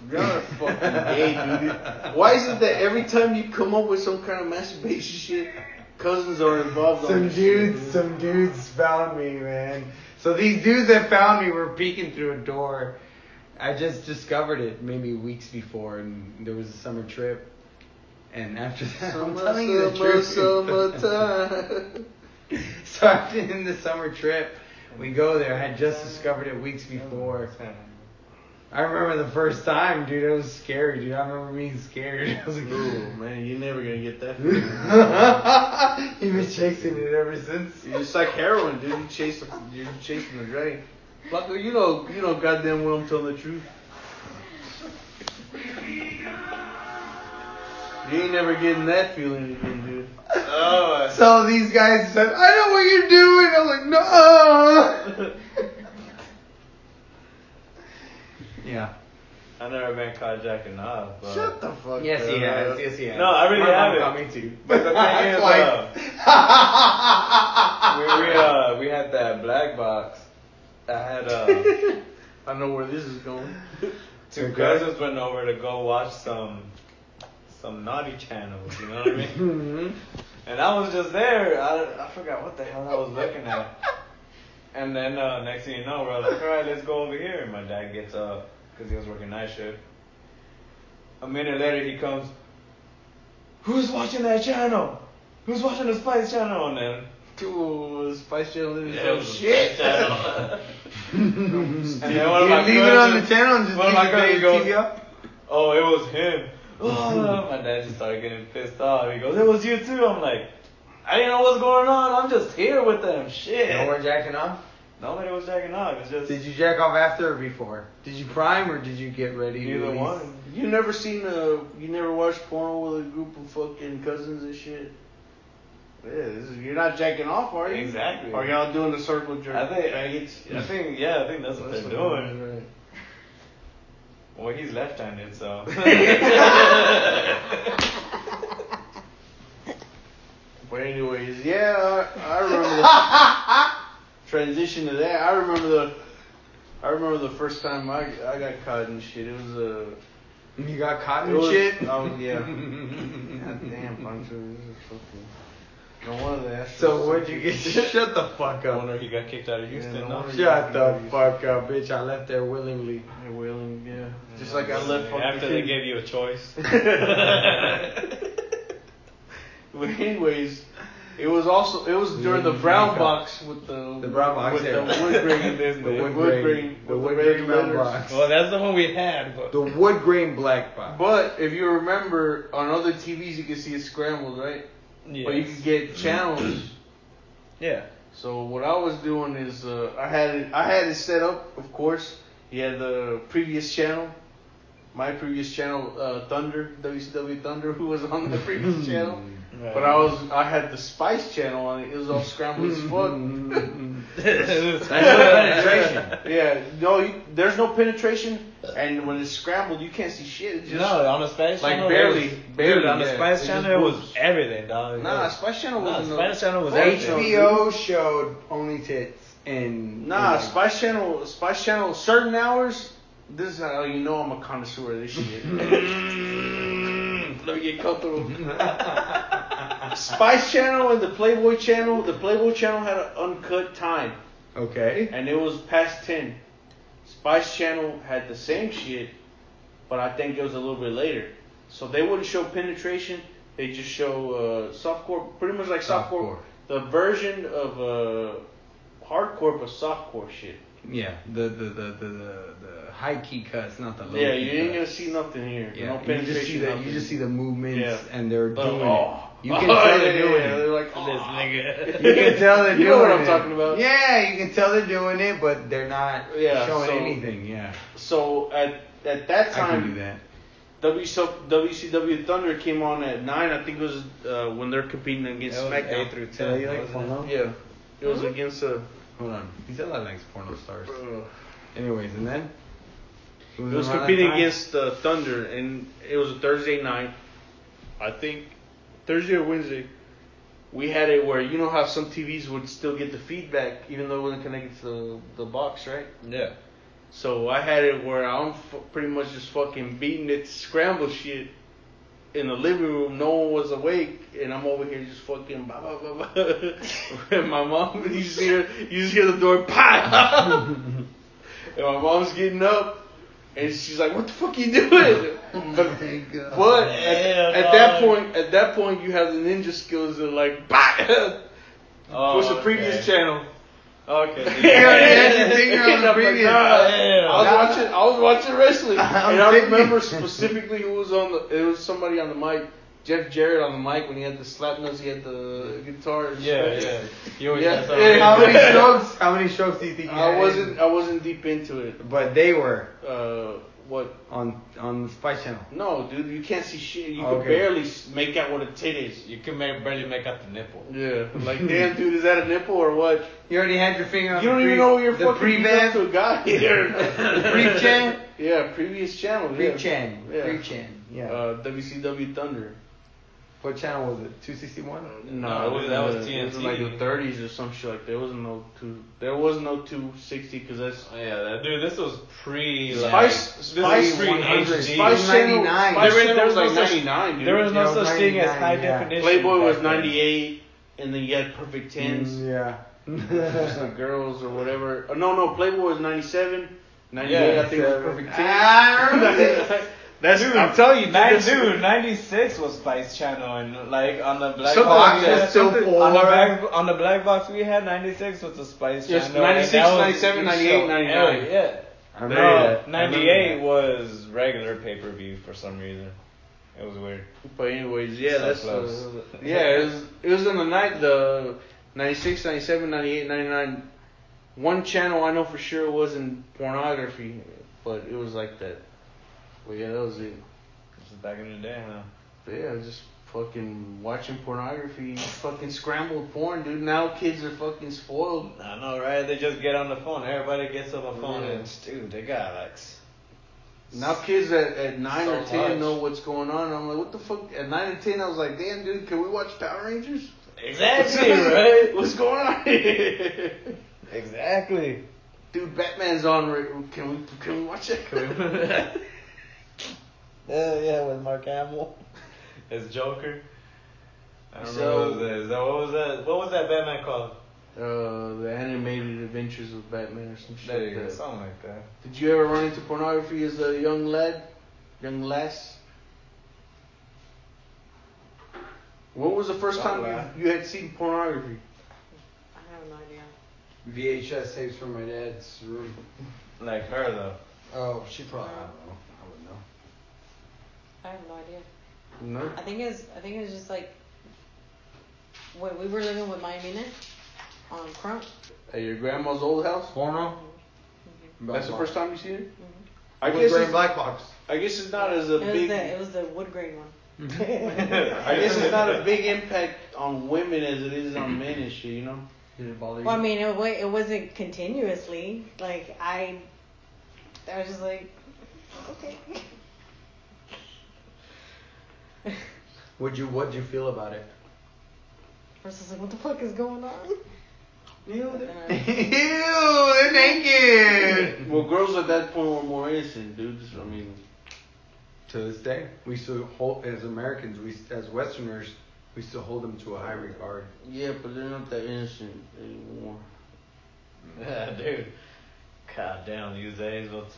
S1: You're a fucking gay, dude. Why is it that every time you come up with some kind of masturbation shit, cousins are involved? on
S3: Some
S1: this shit,
S3: dudes,
S1: dude?
S3: some dudes found me, man. So these dudes that found me were peeking through a door. I just discovered it maybe weeks before, and there was a summer trip. And after that, I'm
S1: Summer,
S3: telling you the
S1: summer,
S3: truth. [laughs]
S1: summertime.
S3: so after in the summer trip, we go there. I had just discovered it weeks before. I remember the first time, dude. It was scary, dude. I remember being scared. [laughs] I was like,
S1: Ooh, man, you're never gonna get that.
S3: You've been chasing it ever since.
S1: It's like heroin, dude. You chase, the- you're chasing the dragon. Fucker, you know, you know, goddamn well I'm telling the truth. You ain't never getting that feeling again, dude. Oh,
S3: So these guys said, I know what you're doing. I'm like, no. [laughs] yeah.
S2: I never been caught jacking off. But
S1: shut the fuck up.
S3: Yes, he has. Yes, he has.
S2: No, I really
S3: My mom
S2: haven't.
S3: Got me too.
S2: But the thing
S3: It's
S2: is,
S3: [laughs] like-
S2: we, we uh we had that black box. I had uh.
S3: [laughs]
S1: I know where this is going.
S2: Two
S3: Okay.
S2: cousins went over to go watch some some naughty channels, you know what I mean?
S3: Mhm.
S2: and I was just there. I, I forgot what the hell I was
S1: [laughs]
S2: looking at. And then uh, next thing you know, we're like, all right, let's go over here. And my dad gets up because he was working night shift. A minute later, he comes. Who's watching that channel? Who's watching the Spice Channel? And then
S1: Dude, Spice Channel is
S2: it was Spice
S1: [laughs]
S2: Channel. and then one
S3: You
S2: of my
S3: leave it on the
S2: cousins.
S3: channel and just
S2: one of
S3: leave
S2: my
S3: the
S2: cousins
S3: big
S2: goes-
S3: TV up.
S2: Oh, it was
S1: [laughs]
S2: him. Oh, my dad just started getting pissed off. He goes, it was you too. I'm like, I didn't know what's going on. I'm just here with them. Shit.
S3: No more jacking off.
S2: Nobody was jacking off. It's just
S3: Did you jack off after or before? Did you prime or did you get ready? to
S2: neither
S3: release?
S2: one.
S1: You never seen a, you never watched porno with a group of fucking cousins and shit. Yeah, this is, you're not jacking off, are you?
S2: Exactly.
S1: Are y'all doing the circle jerk?
S2: I think,
S1: faggots?
S2: I think, yeah, I think that's what they're doing.
S1: Right.
S2: Well, he's left-handed, so.
S1: But anyways, yeah, I, I remember the [laughs] transition to that. I remember the, I remember the first time I I got caught and shit. It was a
S3: You got caught
S1: It
S3: in
S1: was-
S3: shit.
S2: [laughs] um,
S1: oh, [laughs] yeah. goddamn bunch of this is fucking. No wonder they asked
S3: So
S1: us-
S3: what'd you get? [laughs] Shut the fuck
S2: I
S3: up.
S2: wonder if [laughs] he got kicked out of Houston.
S1: Yeah, no
S2: no?
S1: wonder-
S3: Shut the fuck up, bitch. I left there willingly.
S1: They're willing, yeah. Just like I left fucking.
S2: After they gave you a [laughs] choice.
S1: But anyways, it was also it was during the
S3: Yeah,
S1: brown
S3: yeah.
S1: box with the
S3: The brown box
S1: with the
S3: era.
S1: wood grain
S3: [laughs]
S2: The
S1: business,
S3: wood grain- the
S1: with
S3: wood
S1: red
S3: grain brown
S1: letters.
S3: box.
S2: well, that's the one we had, but.
S3: [laughs] The wood grain black box.
S1: But if you remember, on other TVs you can see it scrambled, right?
S2: Yes.
S1: But you can get
S3: [clears throat]
S1: channels.
S2: yeah.
S1: So what I was doing is uh, I had it I had it set up, of course. You had the previous channel, my previous channel, uh, Thunder WCW Thunder, [laughs] who was on the
S3: [laughs]
S1: previous channel. But I was I had the Spice channel on it. It was all scrambled
S3: [laughs] Mm-hmm.
S1: as fuck.
S2: [laughs] That's
S1: [laughs]
S3: penetration.
S1: yeah, no, you, there's no penetration, and when it's scrambled, you can't see shit. It's just
S2: [laughs] no, on the Spice
S1: like
S2: Channel.
S1: barely,
S2: it was-
S1: barely.
S2: Dude, on the
S1: yeah. It
S2: Spice
S1: just
S2: Channel, it
S1: moves.
S2: was everything, dog. It
S1: Nah,
S2: was-
S1: Spice Channel
S2: nah,
S1: wasn't.
S2: Spice Channel was
S1: Well,
S2: everything.
S3: HBO showed only tits and
S1: Nah,
S3: and-
S1: Spice Channel, Spice Channel. Certain hours. This is how you know I'm a connoisseur of this
S2: [laughs]
S1: shit.
S2: Mm.
S1: Let me get comfortable. Spice Channel and the Playboy Channel. The Playboy Channel had an uncut time,
S3: Okay.
S1: and it was past ten. Spice Channel had the same shit, but I think it was a little bit later. So they wouldn't show penetration. They just show uh, softcore, pretty much like softcore,
S3: Softcore.
S1: the version of uh, hardcore, but softcore shit.
S3: Yeah. The the the the, the, the high key cuts, not the low
S1: Yeah,
S3: key
S1: you ain't gonna
S3: cuts.
S1: see nothing here.
S3: Yeah,
S1: no
S3: you
S1: penetration.
S3: just see the you
S1: nothing.
S3: just see the movements
S1: Yeah.
S3: and they're
S1: Oh,
S3: doing
S1: oh.
S3: it. You can tell
S1: [laughs]
S3: they're
S1: Yeah,
S3: doing
S1: yeah,
S3: it.
S1: They're like,
S2: This
S1: "Oh."
S2: nigga.
S3: You
S1: [laughs]
S3: can tell they're
S1: You
S3: doing
S1: know what I'm
S3: it.
S1: talking about.
S3: Yeah, you can tell they're doing it, but they're not
S1: Yeah,
S3: showing
S1: so-
S3: anything. Yeah,
S1: So at at that
S3: I can do
S1: time,
S3: that.
S1: W WCW Thunder came on at nine. I think it was uh, when they're competing against
S2: That was
S1: SmackDown.
S2: eight through
S3: So
S2: ten.
S3: you like
S2: wasn't it?
S3: Pornhub?
S1: Yeah, it was against uh,
S3: Hold on. These are the next porno stars.
S1: Bro.
S3: Anyways, and then?
S1: It was
S3: around that
S1: competing
S3: time-
S1: against the Thunder, and it was a Thursday night. I think Thursday or Wednesday, we had it where you know how some TVs would still get the feedback even though it wasn't connected to the, the box, right?
S2: Yeah.
S1: So I had it where I'm f- pretty much just fucking beating it scramble shit in the living room. No one was awake, and I'm over here just fucking blah blah blah blah. [laughs] and my mom, [laughs] you just hear, you just hear the door pop, [laughs] and my mom's getting up. And she's like, "What the fuck you doing?" But, but at,
S2: Damn,
S1: at that
S2: dog.
S1: point, at that point, you have the ninja skills of like, [laughs] bah,
S2: Oh,
S1: what's the previous
S2: okay.
S1: channel? [laughs]
S2: Okay.
S1: You
S3: had your
S1: know,
S3: finger on
S1: and I'm
S3: the
S1: like,
S3: previous.
S1: "Ah."
S2: Damn.
S1: I was watching. I was watching
S3: [laughs]
S1: wrestling, and I
S3: thinking.
S1: remember specifically who was on the. It was somebody on the mic. Jeff Jarrett on the mic when he had the slap notes. He had the guitar. and
S2: Yeah,
S1: shit.
S2: yeah. You always
S1: Yeah.
S2: yeah.
S3: How many
S1: [laughs] Yeah.
S3: strokes? How many strokes do you think you had
S1: I
S3: in?
S1: wasn't. I wasn't deep into it.
S3: But they were
S1: Uh, what?
S3: on on the Spice Channel.
S1: No, dude, you can't see shit. You
S3: Okay.
S1: can barely s- make out what a tit is.
S2: You can make, barely make out the nipple.
S1: Yeah, [laughs] like damn, dude, is that a nipple or what?
S3: You already had your finger on
S1: You
S3: the
S1: don't
S3: pre-
S1: even know what you're
S3: the
S1: fucking
S3: pre
S1: pre
S3: van
S1: to a guy
S3: [laughs]
S1: here.
S3: pre chan
S1: yeah, previous channel. [laughs] yeah.
S3: pre chan
S1: Yeah.
S3: pre chan. Yeah.
S1: Uh, WCW Thunder.
S3: what channel was it? Two sixty one.
S1: No,
S2: No,
S1: it
S2: dude,
S1: was,
S2: that was
S1: It was
S2: TNT.
S1: like the 30s or some shit like that. There was no two. There was no 260 because that's.
S2: Oh, yeah, that, dude, this was pre. Like,
S1: Spice-
S2: this
S1: Spice
S2: was pre
S1: 100.
S2: HD.
S1: Spice Channel. Spice
S3: 99.
S2: There was-
S1: Channel
S2: there
S1: was
S2: was
S1: like
S2: no such-
S1: 99, dude.
S2: There was
S3: Yeah,
S2: no
S3: it was
S2: such thing as
S3: 99,
S2: high
S3: yeah.
S2: definition.
S1: Playboy
S2: back
S1: was
S2: then.
S1: 98, and then you had Perfect Tens. [laughs]
S3: Mm, Yeah. [laughs]
S1: Just the girls or whatever. Oh, no, no, Playboy was 97. 98, I think it was Perfect Tens.
S3: Ah, I remember this.
S1: [laughs] That's,
S2: Dude,
S1: I'm telling you, dude,
S2: Nine,
S1: that's-
S2: dude, 96 was Spice Channel, and like on the black
S1: Something
S2: box,
S1: like
S2: we
S1: that,
S2: had-
S3: something-
S2: on the
S3: or-
S2: black on the black box we had 96 was the Spice
S1: Yes,
S2: Channel.
S1: 96,
S2: and that was
S1: 97,
S2: the
S1: 98,
S2: show.
S1: 99.
S2: Yeah,
S3: I remember
S2: no,
S1: uh,
S3: that.
S2: 98 was regular pay per view for some reason. It was weird.
S1: But anyways, yeah,
S2: So
S1: that's
S2: close.
S1: uh, [laughs] yeah. It was, it was in the night the 96, 97, 98, 99. One channel I know for sure wasn't pornography, but it was like that. But yeah, that was it.
S2: This is back in the day, huh?
S1: But yeah, I was just fucking watching pornography, fucking scrambled porn, dude. Now kids are fucking spoiled.
S2: I know, right? They just get on the phone. Everybody gets on the phone,
S1: Yeah.
S2: and dude, they got like. s-
S1: Now kids at, at nine or
S2: So
S1: ten
S2: much.
S1: know what's going on. I'm like, what the fuck? At nine and ten, I was like, damn, dude, can we watch Power Rangers?
S2: Exactly, [laughs] right?
S1: What's going on? [laughs] here?
S2: Exactly.
S1: Dude, Batman's on. right- Can we can we watch that? [laughs]
S2: Can we- [laughs] Yeah, yeah, with Mark Hamill as Joker. I don't
S1: So-
S2: remember what it was. that. What was that? What was that Batman called?
S1: uh, the animated adventures of Batman or some
S2: There
S1: shit.
S2: you go,
S1: like that.
S2: something like that.
S1: Did you ever run into pornography as a young lad, young lass? What was the first
S2: Young
S1: time
S2: lad.
S1: you, you had seen pornography?
S4: I have no idea.
S3: VHS tapes from my dad's room.
S2: Like her [laughs] though.
S3: Oh, she probably. I don't know. I wouldn't know.
S4: I have no idea.
S1: No.
S4: I think it's I think it's just like when we were living with my Mina on Crump.
S1: At your grandma's old house.
S3: Porno.
S1: That's the first time you seen it.
S4: Mhm.
S1: Mm-hmm. I
S3: was
S1: guess.
S3: wearing
S1: It's,
S3: black box.
S1: I guess it's not as a
S4: It was
S1: big.
S4: the it was the wood grain one.
S2: [laughs]
S1: I guess it's not [laughs] a big impact on women as it is on men and shit. You know.
S3: Did it bother you?
S4: Well, I mean, it, wa- it wasn't continuously. Like I, I was just like, okay.
S3: Would you? What'd you feel about it?
S4: First, I was like, what the fuck is going on?
S1: [laughs]
S3: [laughs] Ew,
S4: they're- [laughs]
S3: they're naked.
S1: Well, girls at that point were more innocent, dudes. I mean,
S3: To this day, we still hold as Americans, we as Westerners, we still hold them to a high regard.
S1: yeah, but they're not that innocent anymore.
S2: [laughs] Yeah, dude. God damn, these days, what the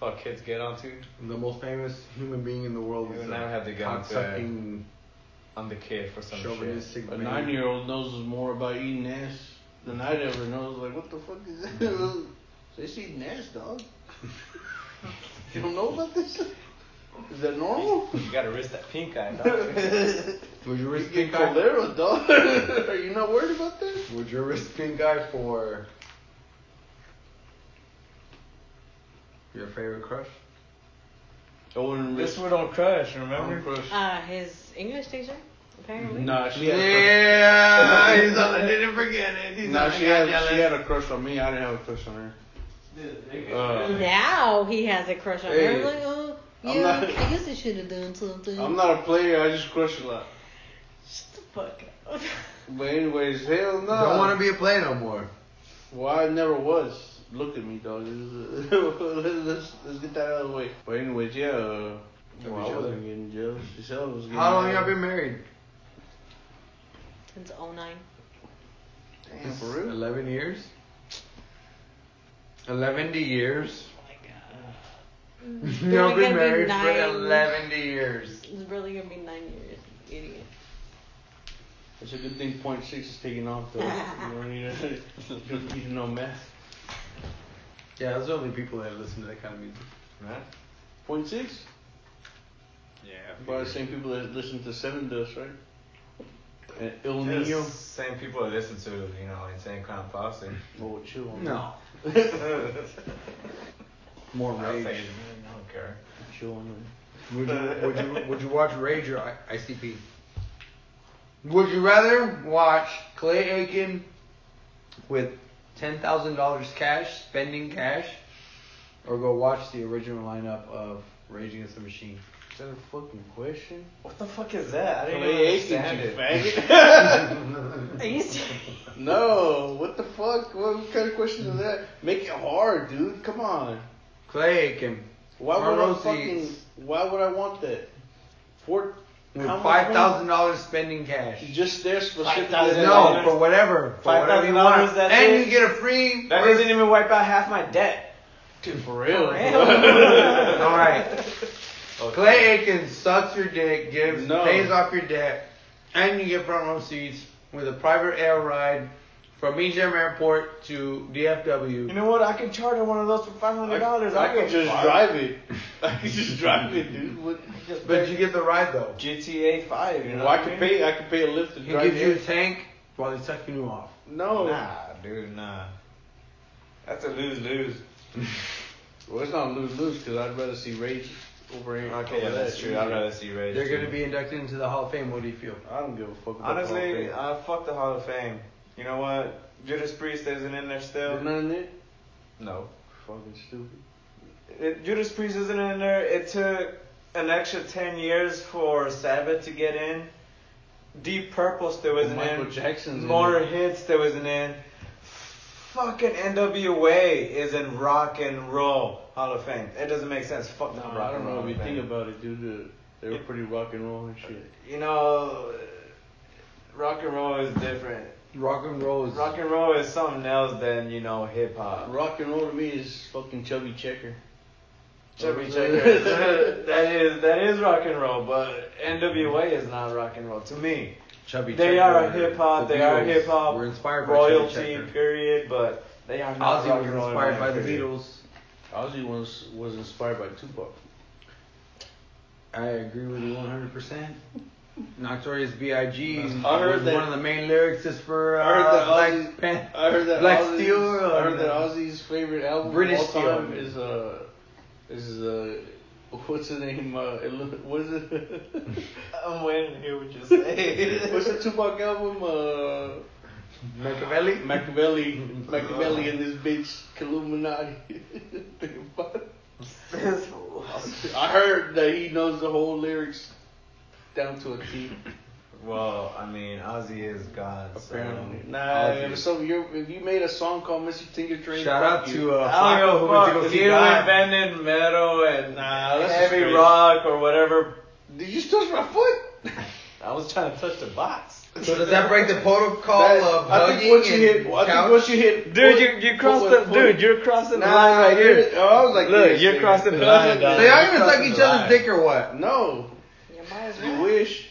S2: fuck kids get onto?
S3: The most famous human being in the world
S2: You
S3: is
S2: and I have to get
S1: uh,
S2: into it.
S3: cocksucking
S2: I'm the kid for some shit.
S3: chauvinistic
S1: A
S3: man.
S1: nine-year-old knows more about eating ass than I'd ever know. Like, what the fuck is [laughs] that? This eating ass, dog. [laughs] you don't know about this? Is that [laughs] normal?
S2: [laughs] You gotta risk that pink eye, dog. [laughs]
S3: Would you
S1: You
S3: risk
S1: get
S3: pink eye?
S1: cholera, dog. [laughs] Are you not worried about that?
S3: Would you risk pink eye for your favorite crush?
S1: I wouldn't
S2: this one don't crush, remember? Uh,
S1: crush.
S4: Uh, his English teacher. apparently.
S1: No, she had. A
S2: Yeah, [laughs] he's all, I didn't forget it.
S1: crush.
S2: He's
S1: No,
S2: all,
S1: she
S2: I
S1: [laughs] had.
S2: got
S1: She had
S2: jealous.
S1: a crush on me. I didn't have a crush on her. Uh,
S4: Now he has a crush on her.
S1: Hey,
S4: I'm like, oh,
S1: I'm
S4: yeah,
S1: not-
S4: I guess I should have done something.
S1: I'm not a player. I just crush a lot.
S4: Shut the fuck up. [laughs]
S1: But anyways, hell no.
S3: Don't want to be a player no more.
S1: Well, I never was. Look at me, dog. [laughs] let's, let's get that out of the way. But anyways, yeah. Uh, well, I wasn't getting jealous. Giselle was getting
S3: How long y'all
S1: jealous.
S3: been married?
S4: Since
S3: [laughs]
S4: 09.
S1: Damn, for real?
S3: Eleven years. Eleven years. Y'all [laughs]
S4: We're gonna
S3: been
S4: be
S3: married
S4: nine.
S3: for eleven years.
S4: It's really gonna be nine years, idiot.
S1: It's a good thing point six is taking off though. you don't need to, you [laughs] don't need to know math.
S3: Yeah, those are the only people that listen to that kind of music.
S1: Point six?
S3: Yeah.
S1: Probably the same people that listen to seven does, right? And Il
S2: Just
S1: Nino.
S2: Same people I listen to, you know, insane clown [laughs] posse.
S1: Oh, chill. on that.
S3: No. More
S2: I'll say, it,
S3: rage.
S2: man, I don't care.
S1: Chill on that.
S3: Would you, would you would you watch Rage or I- ICP? Would you rather watch Clay Aiken with ten thousand dollars cash, spending cash, or go watch the original lineup of Rage Against the Machine?
S1: Is that a fucking question?
S2: What the fuck is that? I didn't
S1: Clay Aiken,
S2: even understand
S1: you
S2: it.
S1: faggot.
S2: [laughs]
S4: Are you [laughs] serious?
S1: no, what the fuck? What, what kind of question is that? Make it hard, dude. Come on.
S3: Clay Aiken
S1: Why would I
S3: Rosie's.
S1: fucking? Why would I want that? Four.
S3: with
S1: How much
S3: five thousand dollars spending cash.
S1: You just there specifically.
S2: $5,000.
S1: No.
S3: No, for whatever, for whatever you
S2: $5,000,
S3: want,
S2: that's
S3: and
S2: it?
S3: you get a free.
S2: That doesn't even wipe out half my [laughs] debt.
S1: Dude, for real. [laughs]
S3: All right. Clay Aiken sucks your dick, gives
S1: No.
S3: pays off your debt, and you get front row seats with a private air ride from Ejem Airport to DFW.
S2: You know what? I can charter one of those for five hundred dollars.
S1: I, I could just drive it. [laughs] I could just drive it, dude. What?
S2: Just
S3: but you get the ride though.
S2: GTA Five. You know
S1: Well,
S2: what
S1: I could
S2: mean?
S1: pay. I could pay a lift to
S3: He
S1: drive
S3: gives you a
S1: it.
S3: tank while he's sucking you off.
S1: No.
S2: Nah, dude, nah. That's a lose lose.
S1: Well, it's not lose lose because I'd rather see Rage over here.
S2: Okay, yeah, that's true. I'd rather see Rage.
S3: They're
S2: too.
S3: gonna be inducted into the Hall of Fame. What do you feel?
S1: I don't give a fuck. About
S2: Honestly,
S1: the whole
S2: uh, fuck the Hall of Fame. You know what? Judas Priest isn't in there
S1: thing.
S2: still.
S1: There's none in it.
S2: No.
S1: Fucking stupid.
S2: It, Judas Priest isn't in there. It took an extra 10 years for Sabbath to get in. Deep Purple still isn't
S1: Michael
S2: in.
S1: Jackson's in
S2: More
S1: it.
S2: hits still isn't in. Fucking NWA is in Rock and Roll Hall of Fame. It doesn't make sense. Fuck the
S1: No,
S2: Rock
S1: I don't
S2: and
S1: know
S2: Roll
S1: if you
S2: Hall of
S1: think
S2: Fame.
S1: about it, dude. uh, They were pretty rock and roll and shit.
S2: You know, rock and roll is different.
S3: Rock and roll is
S2: Rock and roll is something else than you know hip hop.
S1: Rock and roll to me is fucking chubby checker.
S2: Chubby Checkers. [laughs] that is that is rock and roll, but NWA is not rock and roll to me.
S3: chubby.
S2: They
S3: Checker.
S2: are hip hop.
S3: The
S2: They are
S3: Beatles
S2: hip hop.
S3: We're inspired by
S2: Royalty,
S3: Chubby Checker.
S2: period. But they are not
S3: Ozzy
S2: rock
S3: was
S2: and roll.
S3: inspired by the
S2: period.
S3: Beatles.
S1: Ozzy was was inspired by Tupac.
S3: I agree with you 100%. Notorious B.I.G.
S1: I
S3: was
S1: heard that-
S3: one of the main lyrics is for uh,
S1: I heard that
S3: Black
S1: Ozzy-
S3: Pan-
S1: I heard that
S3: Black
S1: Ozzy's,
S3: Steel.
S1: I heard that
S3: uh,
S1: Ozzy's favorite album
S3: British
S1: of all time
S3: Steel.
S1: is uh is uh what's the name uh Illu- what is it [laughs]
S2: [laughs] I'm waiting to hear what you say.
S1: what's the Tupac album uh
S3: Machiavelli.
S1: Machiavelli Machiavelli and this bitch Illuminati. [laughs] Think about it. I heard that he knows the whole lyrics down to a T.
S2: well, I mean, Ozzy is um, God. so-
S1: Apparently, nah.
S3: Ozzy.
S1: If, some, you're, if you made a song called "Mr. Finger Train,"
S3: Shout out
S1: fuck you.
S3: to uh,
S2: I don't
S3: Flacco who
S2: give
S3: went
S2: a
S3: to go
S2: fuck.
S3: see
S2: You
S3: God.
S2: invented metal and
S1: Nah, that's
S2: heavy
S1: just
S2: rock or whatever.
S1: Did you touch my foot?
S2: I was trying to touch the box.
S3: So does that break the protocol
S1: That-
S3: of
S1: I
S3: hugging
S1: think once you
S3: and
S1: hit, I think
S3: couch?
S1: once you hit,
S2: Dude,
S1: foot-
S2: you you
S1: foot
S2: crossed
S1: with
S2: the
S1: foot-
S2: dude, you're crossing the
S1: Nah,
S2: line right here.
S1: dude, I was like,
S2: Look,
S1: this,
S2: you're
S1: dude. [laughs]
S2: crossing the
S1: I was
S2: line,
S1: like
S2: dog.
S3: so
S1: this.
S3: y'all even
S2: Crossing
S3: suck each
S2: the
S3: other's
S2: line.
S3: dick or what?
S1: No,
S4: You might as
S1: you
S4: well.
S1: wish.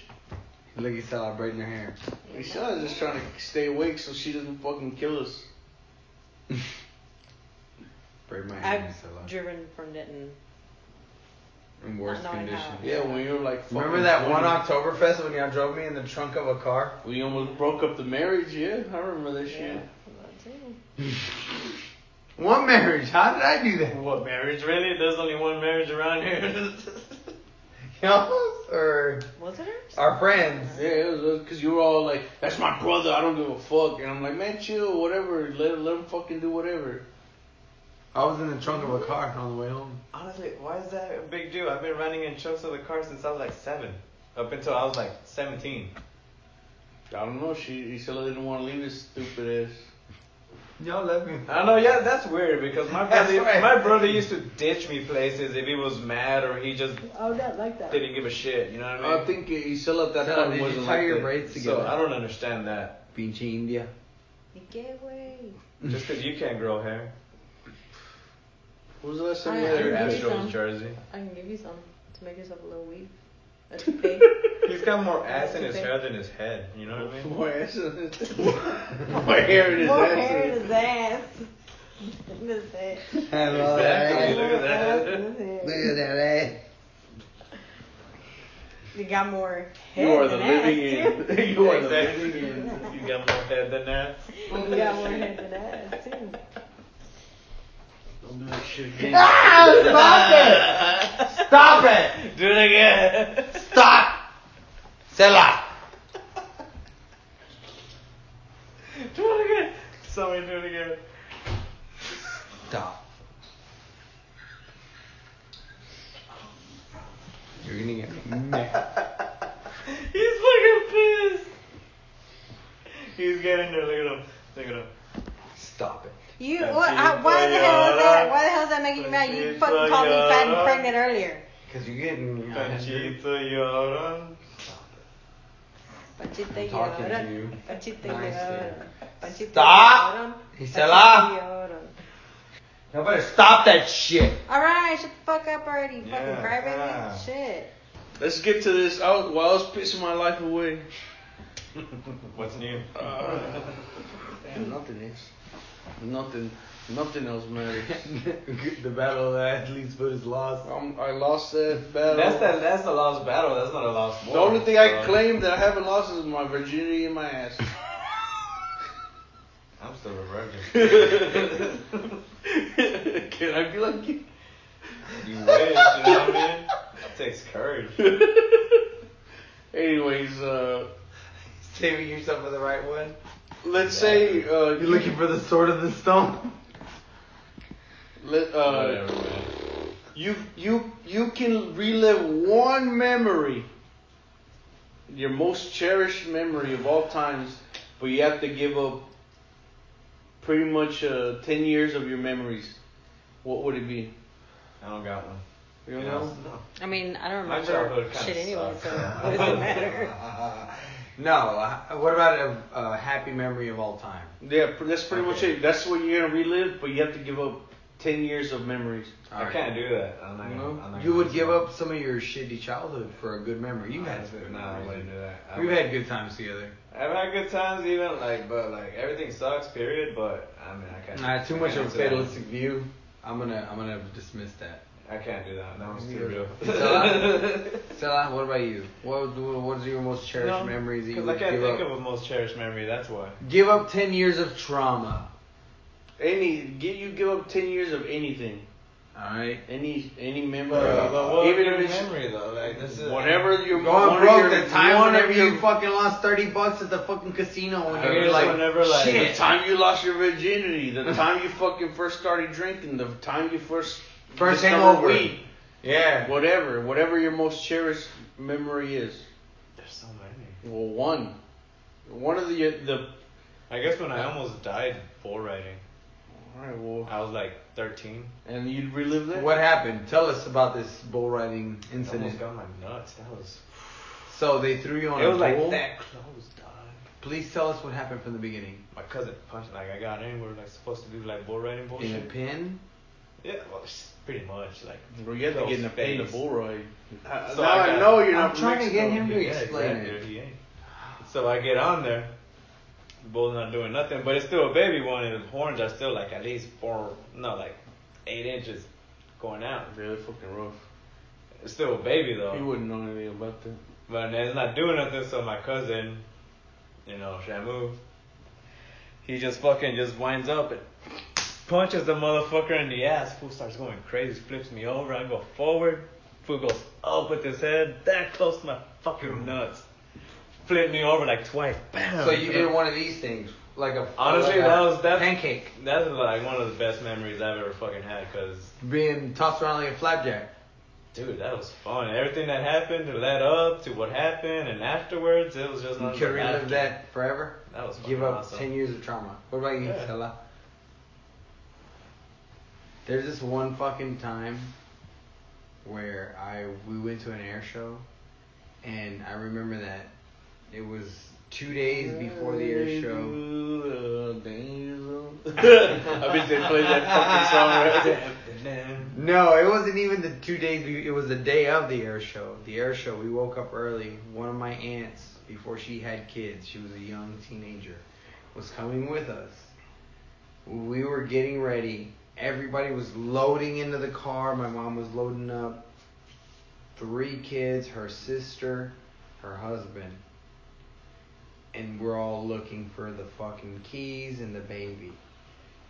S3: Look, he's celebrating her hair.
S1: Michelle's just trying to stay awake so she doesn't fucking kill us.
S3: Braid my hair,
S4: I've
S3: Gisela.
S4: driven from Denton.
S3: In worse
S4: I know I
S3: condition.
S4: have.
S1: Yeah, when you were like, fucking
S3: Remember that one
S1: 20.
S3: Oktoberfest when y'all drove me in the trunk of a car?
S1: We almost broke up the marriage. Yeah, I remember that shit.
S4: That's it.
S3: One marriage. How did I do that? [laughs]
S2: What marriage? [laughs] Really? There's only one marriage around here.
S3: Y'all's or
S4: Was it her? or something.
S3: Our friends.
S1: Yeah, it was because you were all like, "That's my brother. I don't give a fuck." And I'm like, "Man, chill, whatever. Let let him fucking do whatever."
S3: I was in the trunk of a car on the way home.
S2: Honestly, why is that a big deal? I've been running in chunks of the car since I was like seven, up until I was like seventeen.
S1: I don't know. She he still didn't want to leave his stupid ass.
S3: Y'all love me.
S2: I know, yeah, that's weird because [laughs] my
S3: That's
S2: brother,
S3: right.
S2: my brother used to ditch me places if he was mad or he just
S4: Oh, not like that.
S2: didn't give a shit. You know what I mean?
S1: I think he still at that
S3: So,
S1: point
S3: did you
S1: wasn't
S3: tie
S1: like
S3: your
S1: that.
S3: braids
S2: so
S3: together?
S2: I don't understand that.
S3: Pinche India.
S4: You Get away.
S2: Just because you can't grow hair,
S1: When was the last time
S4: I-
S1: you
S4: I
S1: had
S2: your
S1: your
S4: really
S2: ass
S1: ass?
S4: don't-
S2: shows Jersey.
S4: I can give you some to make yourself a little weave. A toupee.
S2: He's got more ass in his hair than his head. You know what I mean?
S1: More ass in his [laughs] More hair in his
S4: More
S1: ass.
S4: hair in his ass. [laughs] That's it.
S3: Hello,
S2: Exactly.
S3: eh?
S2: Look at that.
S3: Look at that eh?
S4: You got more hair.
S1: You are the
S4: than ass,
S1: living
S4: too.
S1: in. [laughs] You are the
S2: Exactly.
S1: living in.
S2: You got more head than ass.
S4: You got more hair than ass too.
S1: Don't do that shit again. [laughs]
S3: Ah, stop it! Stop it!
S2: Do it again.
S3: Stop! Sela!
S2: [laughs] do it again. Somebody do it again. [laughs]
S3: Stop. You're gonna get mad.
S2: He's fucking pissed. He's getting there. Look at him. Look at him.
S3: Stop it.
S4: You
S2: That's
S4: what,
S2: you,
S4: I, why the hell is that?
S2: Toyota.
S4: Why the hell is that making you mad? You
S2: That's
S4: fucking called me fat and
S2: Toyota.
S4: pregnant earlier.
S3: Cause you're getting.
S2: Conchita Yoram.
S4: Panchita
S3: I'm talking
S4: llora.
S3: to you.
S4: Panchita
S3: Nice
S4: llora.
S3: there.
S4: Panchita
S3: Stop.
S4: llora.
S3: Isela!
S4: Panchita llora.
S3: Y'all better stop that shit!
S4: All right, shut the fuck up already, you fucking
S2: Yeah.
S4: crybaby.
S2: Ah.
S4: Shit.
S1: Let's get to this. I was, while I was pissing my life away.
S2: [laughs] What's new?
S1: Damn, nothing is. Nothing. Nothing else matters.
S3: [laughs] the battle of the athlete's foot is lost.
S1: Um, I lost that battle.
S2: That's the that's the lost battle. That's not a lost war.
S1: The only thing I
S2: So,
S1: claim that I haven't lost is my virginity and my ass.
S2: I'm still a virgin.
S1: Can I be like [laughs] you?
S2: You wish. You know what I mean? It takes courage.
S1: [laughs] Anyways, uh,
S3: Saving yourself for the right one.
S1: let's say uh,
S3: You're looking for the sword of the stone.
S1: let, uh,
S2: Whatever, man.
S1: you you you can relive one memory, your most cherished memory of all times, but you have to give up pretty much uh, ten years of your memories. What would it be?
S2: I don't got one.
S1: You
S2: You
S1: know?
S2: know?
S4: I mean, I don't
S2: My
S4: remember
S2: childhood
S4: shit
S2: kinda
S4: anyway,
S2: sucked.
S4: so what does [laughs]
S2: [laughs]
S4: it matter?
S3: no. uh, What about a, a happy memory of all time?
S1: Yeah, pr- that's pretty much
S2: Okay.
S1: it. That's what you're gonna relive, but you have to give up ten years of memories.
S2: I can't do that. I'm not
S1: You
S2: gonna.
S1: know?
S2: I'm not
S3: You
S2: gonna
S3: would give up some of your shitty childhood for a good memory. You had good
S2: No, I wouldn't
S3: memories.
S2: do that. I
S3: We've
S2: would-
S3: had good times together.
S2: I've had good times, even like, but like everything sucks. Period. But I mean, I can't.
S3: Nah, too much of a
S2: can't do that.
S3: fatalistic view. I'm gonna, I'm gonna dismiss that.
S2: I can't do that. That was too real. [laughs]
S3: Stella, what about you? What, what are your most cherished
S2: No,
S3: memories that you
S2: Because I
S3: would
S2: can't
S3: give
S2: think
S3: up?
S2: of a most cherished memory. That's why.
S3: Give up ten years of trauma.
S1: Any, get you give up ten years of anything.
S3: All right.
S1: Any any member,
S2: But what
S1: even
S2: would
S1: if
S2: be
S1: it's
S2: memory though, like this is
S1: whatever you're
S3: Going
S1: one
S3: broke
S1: of your,
S3: the time
S1: one
S3: whenever
S1: of your,
S3: you fucking lost thirty bucks at the fucking casino when
S2: I
S3: you
S2: mean,
S3: were like,
S2: whenever, like-
S1: the
S3: shit.
S1: time you lost your virginity,
S3: [laughs]
S1: the time you fucking first started drinking, the time you first
S3: First
S1: discovered
S3: hangover.
S1: weed,
S3: Yeah.
S1: whatever, whatever your most cherished memory is.
S2: There's so many.
S1: Well, one, one of the the.
S2: I guess when I almost died bull riding,
S1: All right, well,
S2: I was like 13.
S1: and you'd relive that.
S3: What happened? Tell us about this bull riding
S2: I almost
S3: incident.
S2: got my nuts. That was.
S3: So they threw you on
S2: It
S3: a
S2: was like
S3: bull.
S2: that close, dog.
S3: Please tell us what happened from the beginning.
S2: My cousin punched. Like I got in. We are like supposed to do like bull riding
S3: In a
S2: bullshit.
S3: pin.
S2: Yeah, well, it's pretty much like.
S1: Well, you have to get in the pain of
S2: Face.
S1: bull ride. Uh,
S2: So
S1: now
S2: I
S1: I,
S2: got-
S1: know you're
S3: I'm
S1: not
S3: trying to
S1: Mexican.
S3: get him to
S2: Yeah,
S3: explain
S2: exactly,
S3: it.
S2: He ain't. So I get on there. Bull's not doing nothing, but it's still a baby one, and the horns are still like at least four, no, like eight inches going out.
S1: Yeah, they're fucking rough.
S2: It's still a
S1: He
S2: baby though,
S1: wouldn't know anything about that.
S2: but it's not doing nothing. So my cousin, you know, Shamu, he just fucking just winds up and punches the motherfucker in the ass. Fool starts going crazy, flips me over. I go forward. Fool fool goes up with his head that close to my fucking nuts. Flipped me over like twice. Bam.
S3: So you did one of these things, like a
S2: Honestly,
S3: like a
S2: that was- that's-
S3: pancake
S2: That's like one of the best memories I've ever fucking had because,
S3: being tossed around like a flapjack.
S2: dude, that was fun. Everything that happened to that up to what happened and afterwards, it was just
S3: You
S2: nothing
S3: could
S2: but
S3: relive
S2: laughter.
S3: that forever.
S2: That was
S3: Give
S2: fucking
S3: up
S2: awesome.
S3: ten years of trauma. What about you,
S2: Yeah.
S3: fella? There's this one fucking time where I we went to an air show, and I remember that it was two days before the air show.
S1: [laughs] I bet they played that fucking [laughs] song right there.
S3: No, it wasn't even the two days. be- It was the day of the air show. The air show. We woke up early. One of my aunts, before she had kids, she was a young teenager, was coming with us. We were getting ready. Everybody was loading into the car. My mom was loading up. Three kids, her sister, her husband. And we're all looking for the fucking keys and the baby.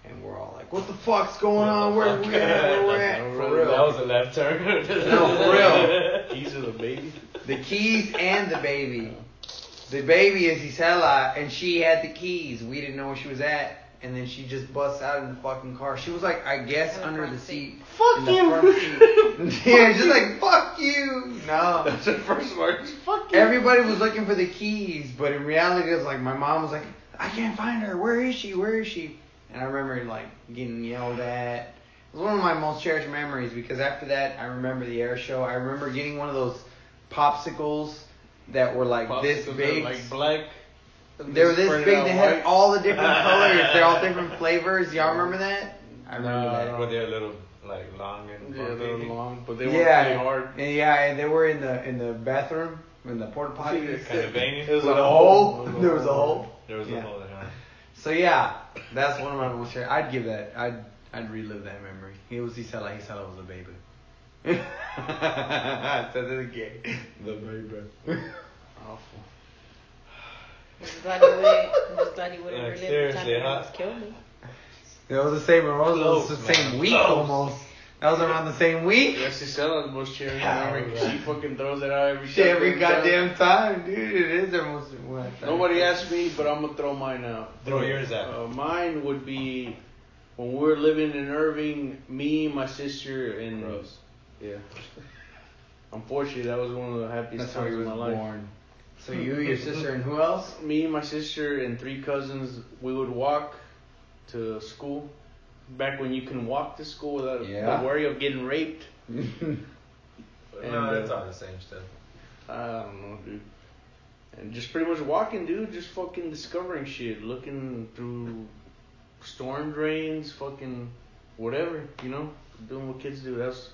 S3: And we're all like, what the fuck's going on? Where we at? Where
S2: [laughs]
S3: we at? For real.
S2: That was a left turn. no, [laughs]
S3: for
S1: Keys of the baby.
S3: The keys and the baby. The baby is Isela, and she had the keys. We didn't know where she was at, and then she just busts out in the fucking car. She was like, I guess,
S4: In the
S3: under
S4: front
S3: the
S4: seat.
S3: seat. in
S1: Fuck
S3: the
S1: you.
S3: front seat. [laughs] yeah, just like fuck you. No.
S1: That's the first word. Fuck you.
S3: Everybody was looking for the keys, but in reality, it was like my mom was like, I can't find her. Where is she? Where is she? And I remember like getting yelled at. It was one of my most cherished memories because after that, I remember the air show. I remember getting one of those popsicles that were like this
S1: Popsicles
S3: big.
S1: are Like black.
S3: they were this
S1: spread
S3: big.
S1: out
S3: They had
S1: white.
S3: all
S1: [laughs]
S3: the different colors. They're all different flavors. Y'all remember that? I remember
S1: No, I
S3: that.
S1: don't.
S2: Were they a little like long and
S1: Yeah, they were
S2: bumpy? [laughs]
S1: long, but they were
S3: yeah,
S1: pretty hard.
S3: and yeah, and they were in the in the bathroom in the porta potty.
S2: kind of veiny.
S1: It was
S3: With
S1: a
S3: a
S1: hole.
S3: hole. There was a hole.
S2: There was
S3: Yeah.
S2: a hole in there.
S3: So yeah, that's one of my most favorite. I'd give that. I'd I'd relive that memory. He was he said like he said I was a baby. [laughs] I said it again. The baby.
S1: Awful.
S4: I'm just glad you wouldn't. I'm just glad you wouldn't
S2: Like,
S4: relive the time
S2: seriously,
S4: you
S2: huh?
S4: almost killed me.
S3: That was the same. It was
S2: Close,
S3: the same
S2: man.
S3: week
S2: Close.
S3: almost. That was around the same week.
S1: Yeah, she's selling the most cherry
S2: Yeah,
S1: memory.
S2: right.
S1: She fucking throws it out every
S3: Shit, every
S1: goddamn time.
S3: goddamn time, dude. It is their most. What,
S1: Nobody asked me, but I'm gonna throw mine out.
S2: Throw yours out.
S1: Uh, mine would be when we were living in Irving, me, my sister, and
S2: Rose.
S1: Yeah. Unfortunately, that was one of the happiest
S3: That's how
S1: times
S3: he
S1: of
S3: was
S1: my life.
S3: born. So you, your sister, and who
S1: [laughs]
S3: else?
S1: Me, my sister, and three cousins, we would walk to school. Back when you can walk to school without
S3: Yeah.
S1: the worry of getting raped. And,
S2: No, it's
S1: uh,
S2: all the same stuff.
S1: I don't know, dude. And just pretty much walking, dude. Just fucking discovering shit, looking through storm drains, fucking whatever, you know, doing what kids do. That's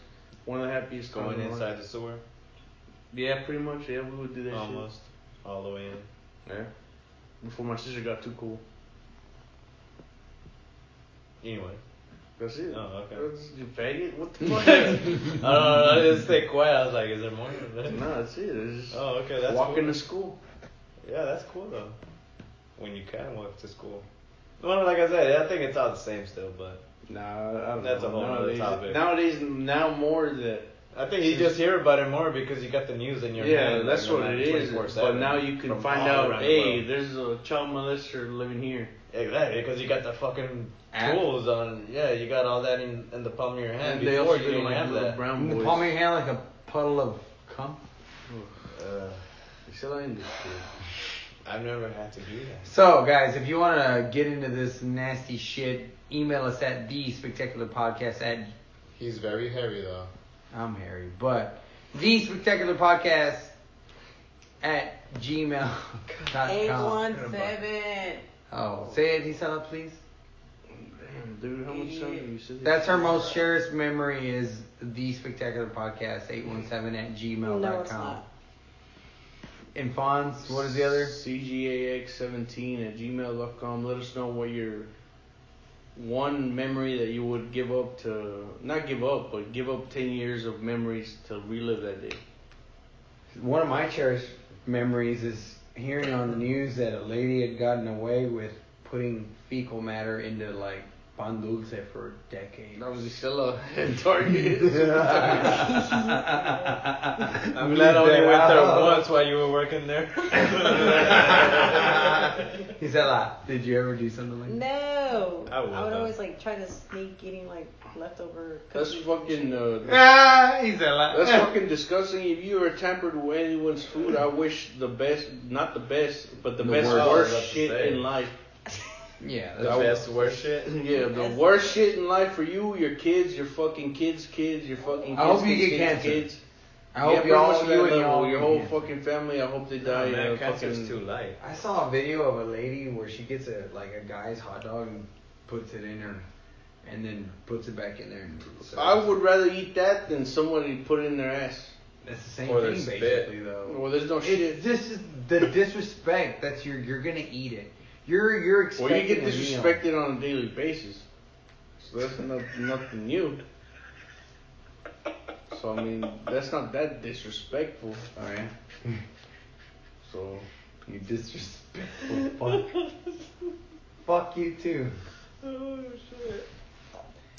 S1: one of the happiest times
S2: Going
S1: of my life.
S2: inside the sewer,
S1: Yeah, pretty much. Yeah, we would do that
S2: almost all the way in.
S1: shit. Yeah. Before my sister got too cool. [laughs]
S2: Anyway,
S1: That's it.
S2: Oh, okay.
S1: That's, you faggot. What the
S2: [laughs]
S1: fuck?
S2: uh, I didn't stay quiet. I was like, "Is there more?"
S1: no, that's it. It's just
S2: [laughs] Oh, okay. That's
S1: walking to
S2: cool.
S1: school.
S2: Yeah, that's cool though. When you can walk to school. Well, like I said, I think it's all the same still, but
S1: Nah, I don't
S2: That's
S1: know.
S2: a whole other
S1: nowadays,
S2: topic.
S1: Nowadays, now more that
S2: I think you just hear about it more because you got the news in your
S1: yeah,
S2: hand.
S1: that's
S2: like,
S1: what
S2: around
S1: it is.
S2: 24/7
S1: But now you can
S2: from
S1: find
S2: all
S1: out,
S2: around the
S1: hey,
S2: world.
S1: there's a child molester living here.
S2: exactly because you got the fucking
S3: App.
S2: tools on. Yeah, you got all that in, in the palm of your hand.
S1: And they
S2: before
S1: also
S2: you
S1: do
S2: didn't
S1: like
S2: have
S1: little
S2: that.
S1: brown
S3: In the
S1: boys.
S3: palm of your hand, like a puddle of cum.
S2: Uh,
S1: They sell that in this shit.
S2: I've never had to do that.
S3: So, guys, if you want to get into this nasty shit, email us at the spectacular podcast at
S2: He's very hairy though.
S3: I'm Harry, but the spectacular podcast at
S4: Eight
S3: gmail.com.
S4: one seven.
S3: Oh, say it, Isela, please.
S1: Damn, dude, how much time have you said
S3: That's her most cherished memory is the spectacular podcast 817 at gmail.com.
S4: No, it's not.
S3: And Fonz, what is the other?
S1: CGAX17 at gmail.com. Let us know what your one memory that you would give up to, not give up, but give up 10 years of memories to relive that day.
S3: One of my cherished memories is hearing on the news that a lady had gotten away with putting fecal matter into like pan dulce for a decade.
S1: That was [laughs] Estella at Target.
S3: [laughs]
S2: I'm
S3: Leave
S2: glad I only
S3: that
S2: went there
S3: out.
S2: once while Oh, you were working there.
S3: He said, ah, did you ever do something
S4: [laughs]
S3: like that?
S4: No.
S2: I would,
S4: would
S2: though.
S4: always like try to sneak eating like leftover.
S1: That's
S4: cookies
S1: fucking.
S4: and shit.
S1: Uh,
S3: [laughs] Ah, he said, ah.
S1: that's fucking disgusting. If you are tampered with anyone's food, I wish the best, not the best, but the,
S2: The
S1: best worst,
S2: worst. I was about to
S1: shit
S2: say.
S1: in life.
S3: Yeah,
S2: the best worst
S1: [laughs]
S2: shit.
S1: Yeah, the
S4: That's-
S1: worst shit in life for you, your kids, your fucking kids, kids, your fucking. Kids,
S3: I hope you
S1: kids,
S3: get
S1: kids,
S3: cancer.
S1: Kids.
S3: I hope
S1: yeah,
S3: you all,
S1: pretty much
S3: you
S1: that
S3: and
S1: level.
S3: y'all,
S1: your whole
S3: yeah.
S1: fucking family. I hope they die.
S2: Oh, Man,
S1: uh,
S2: cancer's
S1: fucking,
S2: too light.
S3: I saw a video of a lady where she gets a like a guy's hot dog and puts it in her, and then puts it back in there. And so
S1: I would rather eat that than somebody put it in their ass.
S3: That's the same
S2: Or
S3: thing
S2: their spit.
S3: basically though.
S1: Well, there's no shit.
S3: It's this is the [laughs] disrespect. That's your you're gonna eat it. You're you're
S1: Well,
S3: expecting
S1: you get
S3: a meal.
S1: disrespected on a daily basis, so that's not, nothing new. So I mean, that's not that disrespectful.
S3: Oh yeah,
S1: So
S3: you disrespectful [laughs] fuck. fuck you too.
S2: Oh shit.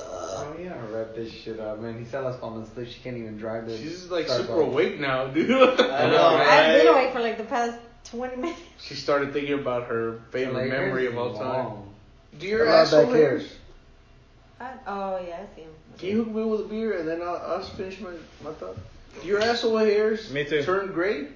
S3: Oh yeah, I wrap this shit up, man. He said last fall asleep. She can't even drive this.
S1: she's like
S3: Starbucks.
S1: super awake now, [laughs] dude.
S2: I
S3: know,
S2: know,
S4: I've been
S2: right?
S4: awake for like the past 20 minutes.
S1: She started thinking about her
S3: Like,
S1: favorite memory of all
S3: this is
S1: time.
S3: long.
S1: Do your
S3: About
S1: asshole
S3: back
S1: hairs?
S4: I, oh yeah, I see him.
S1: Can you hook me with a beer and then I'll, I'll just finish my, my thought? Do your asshole hairs
S2: Me too.
S1: turn gray?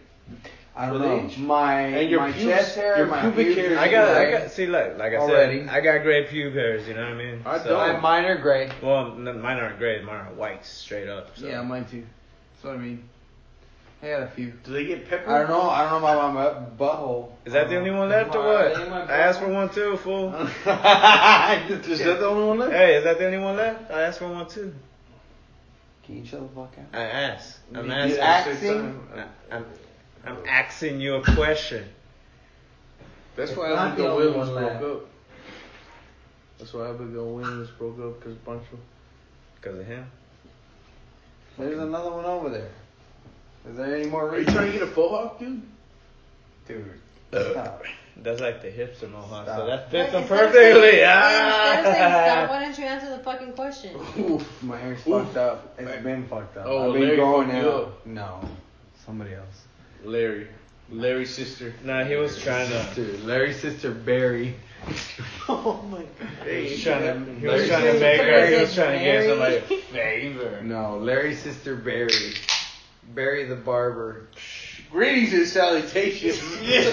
S3: I don't
S1: With
S3: know.
S1: age?
S3: My
S1: And your
S3: my
S1: pubes-
S3: chest hair,
S1: your
S3: my
S1: pubic
S3: ears
S1: hair-
S3: are
S2: I got, I
S3: gray.
S2: got. See, look, like I
S3: Already.
S2: said, I got gray pube hairs. You know what I mean?
S1: I
S2: So-
S1: don't.
S3: My- mine are gray.
S2: Well, n- mine aren't gray. Mine are white, straight up. So.
S3: Yeah, mine too. That's what I mean. I got a few.
S1: Do they get pepper?
S3: I don't know. I don't know about my butt- butthole.
S2: Is that the only one left or what? I asked for one too,
S1: Uh-huh.
S2: fool.
S1: [laughs] Is that the only one left?
S2: Hey, is that the only one left? I asked for one too.
S3: Can you shut the fuck up?
S2: I asked. I'm
S1: You
S2: asking.
S1: get at the same
S3: Axing?
S1: time.
S2: I'm, I'm asking you a question.
S1: That's
S3: It's
S1: why
S3: not the
S1: Abigail
S3: only
S1: Williams
S3: one
S1: broke
S3: left.
S1: up. That's why Abigail Williams broke up because Pancho.
S2: Because of him.
S3: There's another one over there. Is there any more?
S1: Are you trying to get a faux hawk, dude?
S3: Dude, stop.
S2: That's like the hipster mohawk. So
S3: Stop.
S2: that fits him
S4: Wait, instead
S2: [laughs]
S4: of
S2: perfectly.
S4: saying-
S2: Ah!
S4: Instead of saying
S2: [laughs]
S4: stop, why don't you answer the fucking question?
S1: Oof.
S3: My hair's
S1: Oof.
S3: fucked up. It's been fucked up.
S1: Oh,
S3: I've been
S1: Larry
S3: going
S1: fucked you
S3: out. No, somebody else.
S1: [laughs] Larry. Larry's sister.
S2: Nah, he was trying to.
S3: Dude, Larry's sister [laughs] Barry.
S1: oh my god.
S2: He was trying to. He was
S3: Larry's
S2: trying to
S3: sister
S2: make her. He was
S4: Mary.
S2: trying to give somebody a favor.
S3: No, Larry's sister Barry. Barry the barber.
S1: Greetings and [laughs] salutations.
S3: [laughs] Welcome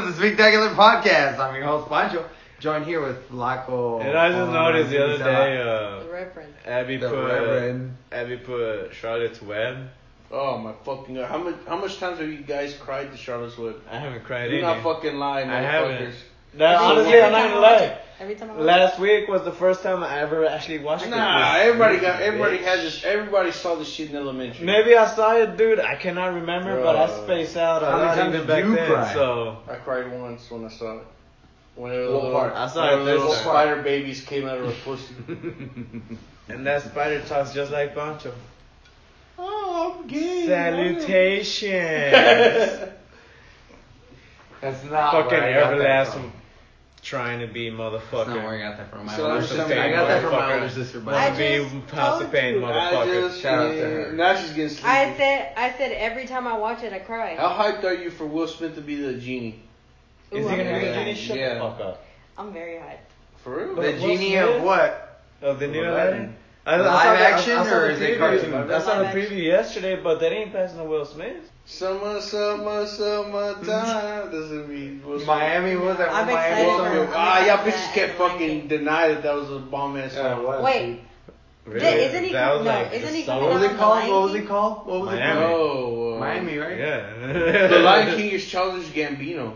S3: to the Spectacular Podcast. I'm your host Pancho, joined here with Flaco. Oh,
S2: And I just
S3: Omar,
S2: noticed the other
S3: Lisa,
S2: day,
S4: The
S2: uh,
S4: reference.
S2: Abby
S3: the
S2: put uh,
S3: Reverend.
S2: Abby put Charlotte's Web.
S1: Oh my fucking god! How much how much times have you guys cried to Charlotte's Web?
S2: I haven't cried
S1: Do
S2: in.
S1: not
S2: it.
S1: fucking lie,
S2: I haven't.
S1: motherfuckers.
S2: That,
S1: Every
S2: honestly,
S1: time
S2: I'm
S4: I
S2: not gonna
S4: watch
S2: lie.
S4: Every time I watch
S2: Last week was the first time I ever actually watched it.
S1: Nah, everybody got everybody has this. Everybody saw this shit in elementary.
S2: Maybe I saw it, dude. I cannot remember, but I
S1: Bruh.
S2: space out a
S3: How many
S2: lot
S3: times
S2: even
S3: did
S2: back
S3: you
S2: then.
S3: cry?
S2: So
S1: I cried once when I saw it. When a
S3: What
S1: little,
S3: part?
S2: I saw
S1: when
S2: it
S1: her little
S2: this time.
S1: spider babies came out of her
S2: [laughs]
S1: pussy.
S2: and that spider talks just like Pancho.
S1: oh, I'm gay.
S3: [laughs]
S2: Salutations.
S3: That's not
S2: Fucking
S3: where I got that
S2: everlasting
S3: from.
S2: trying to be
S3: That's not where
S2: motherfucker.
S3: I got that from.
S1: So
S3: I, learned
S1: I'm
S3: that-
S1: saying,
S3: I got that from my
S2: motherfucker.
S3: older sister. By
S4: I
S3: the
S2: Wanna
S3: way.
S2: be
S4: just
S2: House of
S4: told
S2: Pain,
S4: you.
S1: I
S2: motherfucker.
S1: just
S3: Shout out to her.
S1: Now she's getting sleepy.
S4: I said, I said every time I watch it, I cry.
S1: How hyped are you for Will Smith to be the genie?
S4: Ooh,
S2: Is he
S4: I'm
S2: gonna be
S4: very
S2: the
S4: hot.
S2: genie? Shut
S3: Yeah.
S2: the fuck up.
S4: I'm very hot.
S1: For real?
S2: But
S3: The
S2: Will
S3: genie
S2: Smith?
S3: of what?
S2: Of Oh, the new
S1: Aladdin.
S2: Aladdin? I, I saw
S3: Live
S2: the- I- I
S3: action
S2: saw the
S3: or is
S2: preview.
S3: it cartoon?
S2: I saw the
S4: Live action.
S2: preview yesterday, but that ain't passing the Will Smith.
S1: Summer, summer, summer time. Doesn't mean Will Smith.
S3: Mm-hmm. Miami was that
S4: I'm
S3: one Miami
S4: excited
S3: song?
S4: for her.
S1: Ah, y'all
S4: Yeah,
S1: bitches can't
S4: I like
S1: fucking
S4: it.
S1: deny that that was a bomb ass
S3: Yeah, it
S1: song.
S3: was, dude.
S4: Wait,
S2: Really?
S4: isn't he-
S2: That was
S4: no,
S2: like
S4: isn't
S2: the
S4: he
S2: song-
S3: What was it called? What was
S4: Miami.
S3: it called? What was it
S2: Miami.
S3: called?
S1: Oh, uh,
S3: Miami,
S1: [laughs]
S3: right?
S2: Yeah.
S1: The Lion King is Childish Gambino.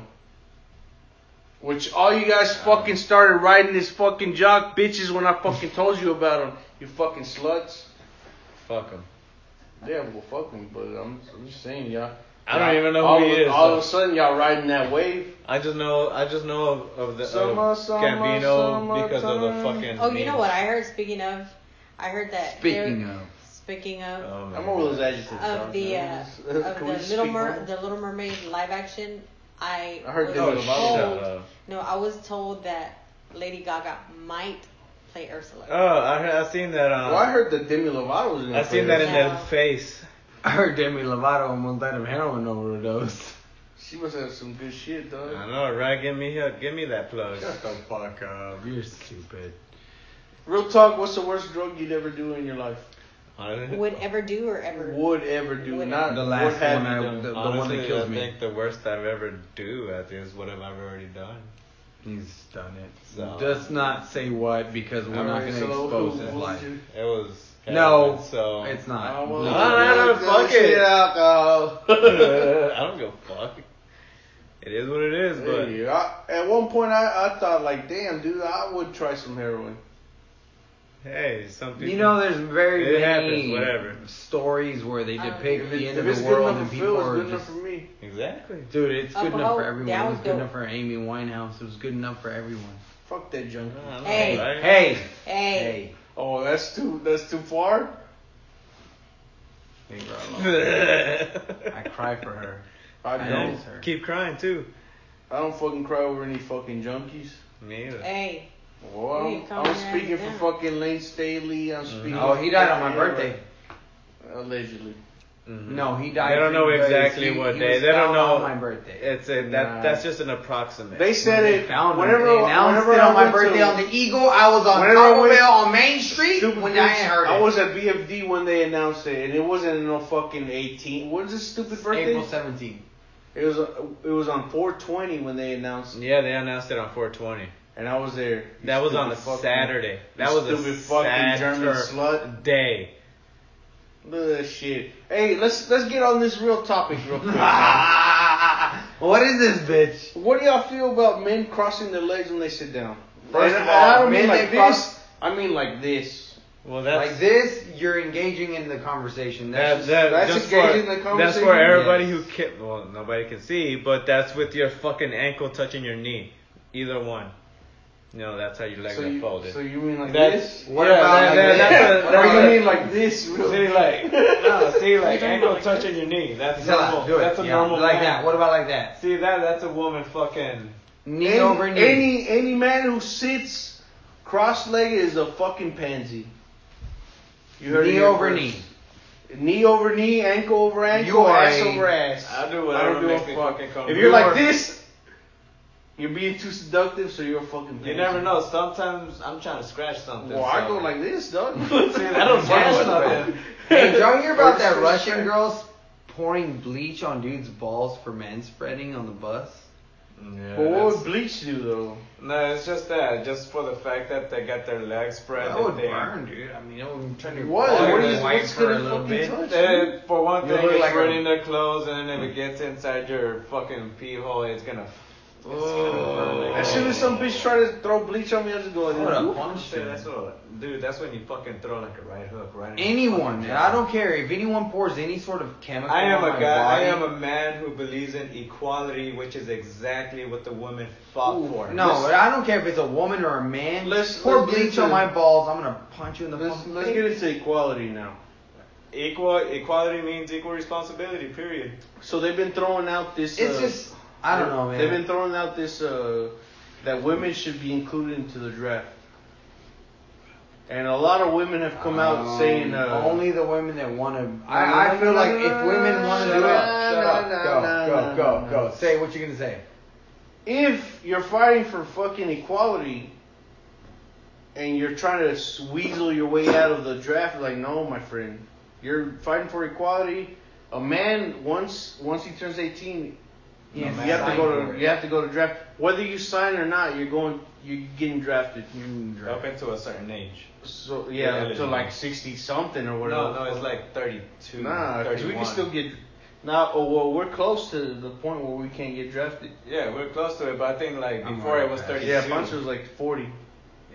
S1: Which all you guys fucking started riding this fucking jock bitches when I fucking told you about him. You fucking sluts.
S2: Fuck him.
S1: Yeah, well, fuck him, but I'm, I'm just saying, y'all.
S2: I don't even know
S1: all
S2: who
S1: of,
S2: he is.
S1: All
S2: though.
S1: of a sudden, y'all riding that wave.
S2: I just know I just know of, of the
S1: Summer,
S2: of
S1: summer,
S2: Gambino
S1: summer
S2: because of
S1: time.
S2: the fucking.
S4: oh, you know what I heard? Speaking of, I heard that.
S3: Speaking
S4: there-
S3: of.
S4: Speaking of,
S2: Oh,
S1: I'm over those adjectives.
S4: of the uh,
S1: [laughs] Can we
S4: of the
S1: just
S4: Little
S1: speak
S4: Mer-
S1: normal?
S4: the Little Mermaid live action. I
S1: I heard
S4: was
S2: Oh,
S1: they were about
S4: told-
S2: that.
S4: No, I was told that Lady Gaga might play Ursula.
S2: Oh, I heard, I seen that. Um,
S1: Well, I heard that Demi Lovato was in
S2: I seen that in
S4: Yeah.
S2: their face.
S3: I heard Demi Lovato almost died of heroin overdose.
S1: She must have some good shit,
S2: I
S1: dog.
S2: know, right? Give me her, give me that plug.
S1: Shut the fuck up.
S3: You're stupid.
S1: Real talk, what's the worst drug you'd ever do in your life?
S2: Honestly,
S4: Would ever do or ever.
S1: Would ever do,
S4: Would
S1: not
S3: ever. The
S1: what
S3: last
S1: have
S3: one
S1: you
S3: I-
S1: done.
S3: the-
S2: honestly,
S3: that kills
S2: I
S3: me.
S2: think the worst I've ever do I think is what I've ever already done.
S3: He's done it.
S2: So-
S3: Just not say what because we're not
S1: Alright,
S3: going to
S1: so
S3: expose
S1: who-
S3: his
S1: who would
S3: life.
S1: you-
S2: It was.
S3: No,
S2: so
S3: it's
S1: I
S3: not.
S1: will-
S2: No, no, no, fuck
S1: Shit,
S2: it.
S1: alcohol.
S2: [laughs] I don't give a fuck. It is what it is, but
S1: Hey, I, at one point, I, I thought like, damn, dude, I would try some heroin.
S2: hey, some people.
S3: You know, there's very
S2: It happens,
S3: many
S2: whatever.
S3: stories where they
S4: Um,
S3: depict
S1: If, it-
S3: the end
S1: if
S3: of
S1: it's
S3: the
S1: good
S3: world
S1: enough
S3: and
S1: for Phil,
S3: people
S1: it's
S3: are
S1: good enough
S3: just.
S1: for me.
S2: exactly.
S3: Dude, it's good enough
S4: Alcohol,
S3: for everyone.
S4: that
S3: It was
S4: was
S3: good
S4: dope.
S3: enough for Amy Winehouse. It was good enough for everyone.
S1: Fuck that junk.
S2: I know,
S4: Hey.
S2: right? [laughs]
S3: Hey,
S4: Hey.
S3: hey,
S1: Oh, that's too that's too far.
S3: hey, bro. I
S2: I
S3: cry
S1: [laughs]
S3: for her.
S1: I
S3: I
S1: don't.
S3: know. her.
S2: Keep crying too.
S1: I don't fucking cry over any fucking junkies.
S2: Me either.
S4: Hey.
S1: Well, I
S4: Hey,
S1: don't-
S4: calm
S1: I'm,
S4: down,
S1: speaking for
S4: yeah.
S1: fucking Lane Staley. I'm speaking.
S3: Oh, he died on my
S1: Yeah,
S3: birthday.
S1: Allegedly.
S2: Mhm.
S3: No, he died.
S2: They don't know
S3: three days.
S2: exactly
S3: He-
S2: what
S3: he
S2: day.
S3: was
S2: They don't
S3: found on
S2: know.
S3: my birthday.
S2: It's a, that.
S3: Nah.
S2: That's just an approximate.
S1: They said
S3: They
S1: it.
S3: found him.
S1: whenever
S3: they announced
S1: whenever
S3: it
S1: I
S3: on my
S1: went
S3: birthday
S1: to,
S3: on the Eagle. I was on
S1: Whenever I
S3: Taco
S1: went-
S3: Bell on Main Street
S1: Stupid
S3: when
S1: bitch.
S3: I heard it.
S1: I was at BFD when they announced it, and it wasn't no fucking 18. What is this stupid birthday?
S3: April 17th.
S1: It was it was on 420 when they announced,
S2: Yeah, they announced it on 420.
S1: and I was there. You
S2: That was on a
S1: stupid fucking-
S2: Saturday. That
S1: you
S2: was a
S1: stupid fucking German
S2: Saturday
S1: slut.
S2: day.
S1: Look at that shit. Hey, let's let's get on this real topic
S3: [laughs]
S1: real quick. man.
S3: what is this bitch?
S1: what do y'all feel about men crossing their legs when they sit down?
S3: First
S1: And
S3: of
S1: I-
S3: all,
S1: I don't mean
S3: men
S1: like
S3: that cross-
S1: this. I mean like this.
S2: [laughs] Well, that's
S3: like this, you're engaging in the conversation.
S2: That,
S3: That's
S2: that,
S1: that's
S2: just
S1: engaging
S2: for,
S1: the
S2: That's
S1: conversation?
S2: for everybody
S3: Yes.
S2: who can. Well, nobody can see, but that's with your fucking ankle touching your knee. Either one. No, that's how your legs
S1: So
S2: are
S1: you,
S2: folded.
S1: so you mean like
S2: That's-
S1: this?
S3: just, what
S2: yeah,
S3: about
S2: that-
S3: like
S2: that-
S3: this?
S2: that's a-
S1: Or
S2: that's
S1: you
S2: a-
S1: mean like this? Really?
S2: see, like, no, see, like
S4: You're doing
S2: ankle
S4: like
S2: touching
S4: this?
S2: your knee. That's
S3: Tell us,
S2: normal.
S3: do it.
S2: That's a
S3: Yeah,
S2: normal.
S3: Like
S2: man.
S3: that. What about like that?
S2: See that? That's a woman fucking.
S3: Knee
S1: Any,
S3: over knee.
S1: any any man who sits cross-legged is a fucking pansy. You it
S3: knee
S1: here
S3: over
S1: first.
S3: knee.
S1: Knee over knee, ankle over ankle,
S3: You are
S1: ass
S3: a-
S1: over ass.
S2: I do
S1: I
S2: whatever
S1: don't give
S2: makes
S1: a
S2: me
S1: fuck.
S2: fucking comfortable.
S1: If you're
S2: You
S1: like
S2: are-
S1: this, you're being too seductive, so you're a fucking.
S2: You
S1: pansy.
S2: never know. Sometimes I'm trying to scratch something.
S1: Well, I
S2: so-
S1: go
S2: [laughs]
S1: like [laughs] this, dog.
S2: See, I
S1: [laughs]
S2: don't
S3: Yes,
S2: scratch
S3: though.
S2: nothing.
S3: [laughs] Hey, did y'all hear about that
S1: Versus-
S3: Russian girl pouring bleach on dudes' balls for men spreading on the bus?
S2: Yeah,
S1: But what
S2: that's-
S1: would bleach do though?
S2: No, it's just that, just for the fact that they got their legs spread.
S3: That
S2: and
S3: would
S2: they-
S3: burn, dude. I mean, it would turn your
S1: What?
S3: balls
S1: What
S2: do
S1: is,
S3: white
S1: what's
S3: for
S1: gonna
S3: a little
S1: fucking
S3: bit.
S1: touch? dude?
S2: They, for one
S3: You
S2: thing,
S3: look
S2: it's
S3: like a-
S2: ruining their clothes, and then if it gets inside your fucking pee hole, it's gonna. It's
S3: Oh.
S2: gonna burn.
S1: As soon as some bitch try to throw bleach on me, I just go.
S3: What a
S1: Like,
S3: punch,
S2: Shit,
S3: dude.
S2: that's what, dude. That's when you fucking throw like a right hook, right? in the
S3: Anyone,
S2: fucking-
S3: and I don't care if anyone pours any sort of chemical.
S2: I am
S3: on
S2: a
S3: my
S2: guy. I
S3: body-
S2: am a man who believes in equality, which is exactly what the woman fought
S1: Ooh,
S2: for.
S3: No,
S1: Let's-
S3: I don't care if it's a woman or a man.
S1: Let's-
S3: pour
S1: let's get
S3: bleach
S1: into-
S3: on my balls. I'm gonna punch you in the
S1: let's,
S3: fucking
S1: let's
S3: face.
S1: get into equality now.
S2: Equal equality means equal responsibility. Period.
S1: So they've been throwing out this.
S3: It's
S1: uh,
S3: just, I don't know, man.
S1: They've been throwing out this uh, that women should be included into the draft, and a lot of women have come out
S3: Um,
S1: saying uh,
S3: only the women that want to.
S1: no,
S3: I, I
S1: no,
S3: feel
S1: no,
S3: like
S1: no,
S3: if
S1: no,
S3: women
S1: no,
S3: want to
S1: no,
S3: do it,
S1: no,
S3: shut
S1: no, no,
S3: up, go,
S1: no,
S3: go,
S1: no,
S3: go,
S1: no.
S3: go. Say what you're gonna say.
S1: if you're fighting for fucking equality and you're trying to s- weasel your way out of the draft, like no, my friend, you're fighting for equality. A man once once he turns 18,
S3: He
S1: you
S3: has
S1: have to
S3: sign
S1: go
S3: for
S1: to
S3: it.
S1: you have to go to draft. Whether you sign or not, you're going you're getting drafted.
S3: Mm,
S2: Up into a certain age.
S1: So yeah, up to
S2: eligible.
S1: like 60 something or whatever.
S2: No, no, it's like 32.
S1: Nah, 'cause we can
S2: 31.
S1: still get. Now, oh, well, we're close to the point where we can't get drafted.
S2: Yeah, we're close to it, but I think like
S3: I'm
S2: before
S3: already
S2: it was
S3: past.
S2: 32.
S1: Yeah, Punch was like 40.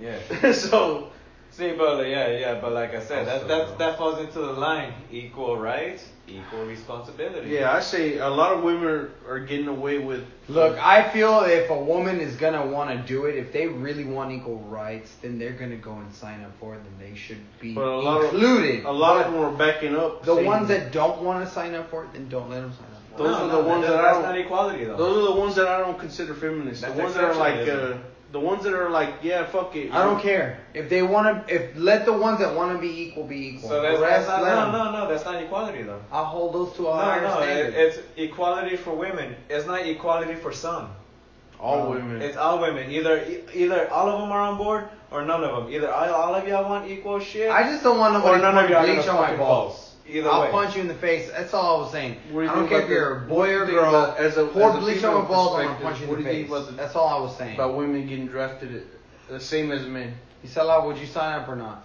S2: Yeah.
S1: [laughs] so,
S2: See, but yeah, yeah, but like I said, that
S3: Also,
S2: that
S3: uh,
S2: that falls into the line: equal rights, equal responsibility.
S1: yeah, I say a lot of women are, are getting away with.
S3: Look, I feel if a woman is gonna want to do it, if they really want equal rights, then they're gonna go and sign up for it, and they should be
S1: But a lot of-
S3: included.
S1: A lot
S3: But
S1: of them are backing up.
S3: the
S1: saying-
S3: ones that don't want to sign up for it, then don't let them sign up. For
S1: those are the ones
S2: that's,
S1: that I
S2: that's
S1: don't-
S2: not equality though.
S1: Those are the ones that I don't consider feminists. The
S2: That's
S1: ones that are like, uh,
S2: exceptionalism.
S1: The ones that are like, yeah, fuck it.
S3: I don't care if they want to. If let the ones that want to be equal be equal.
S2: So
S3: The
S2: that's,
S3: rest,
S2: that's not,
S3: let
S2: no,
S3: 'em.
S2: no, no, that's not equality though.
S3: I'll hold those
S1: Oh,
S3: to a
S2: No,
S3: higher
S2: no,
S3: standard.
S2: it, it's equality for women. It's not equality for some.
S1: All
S3: No.
S1: women.
S2: It's all women. Either e- either all of them are on board or none of them. Either all, all of y'all want equal shit
S3: I just don't want
S2: or
S3: nobody
S1: Oh,
S2: none of
S3: pouring
S2: y'all
S3: bleach
S2: gonna
S3: on my
S2: fucking
S3: balls.
S2: vote. Either
S3: I'll
S2: way.
S3: punch you in the face. That's all I was saying.
S1: What do you
S3: I don't
S1: think
S3: care
S1: about
S3: if you're
S1: the-
S3: a
S1: what do
S3: boy
S1: you
S3: or
S1: think
S3: girl.
S1: about- as a-
S3: pour
S1: as a
S3: bleach
S1: female
S3: on my balls, I'm gonna
S1: perspective,
S3: punch you
S1: what
S3: in
S1: do you
S3: the
S1: think
S3: face.
S1: about the-
S3: That's all I was saying.
S1: about women getting drafted the same as men.
S3: You sell out. Would you sign up or not?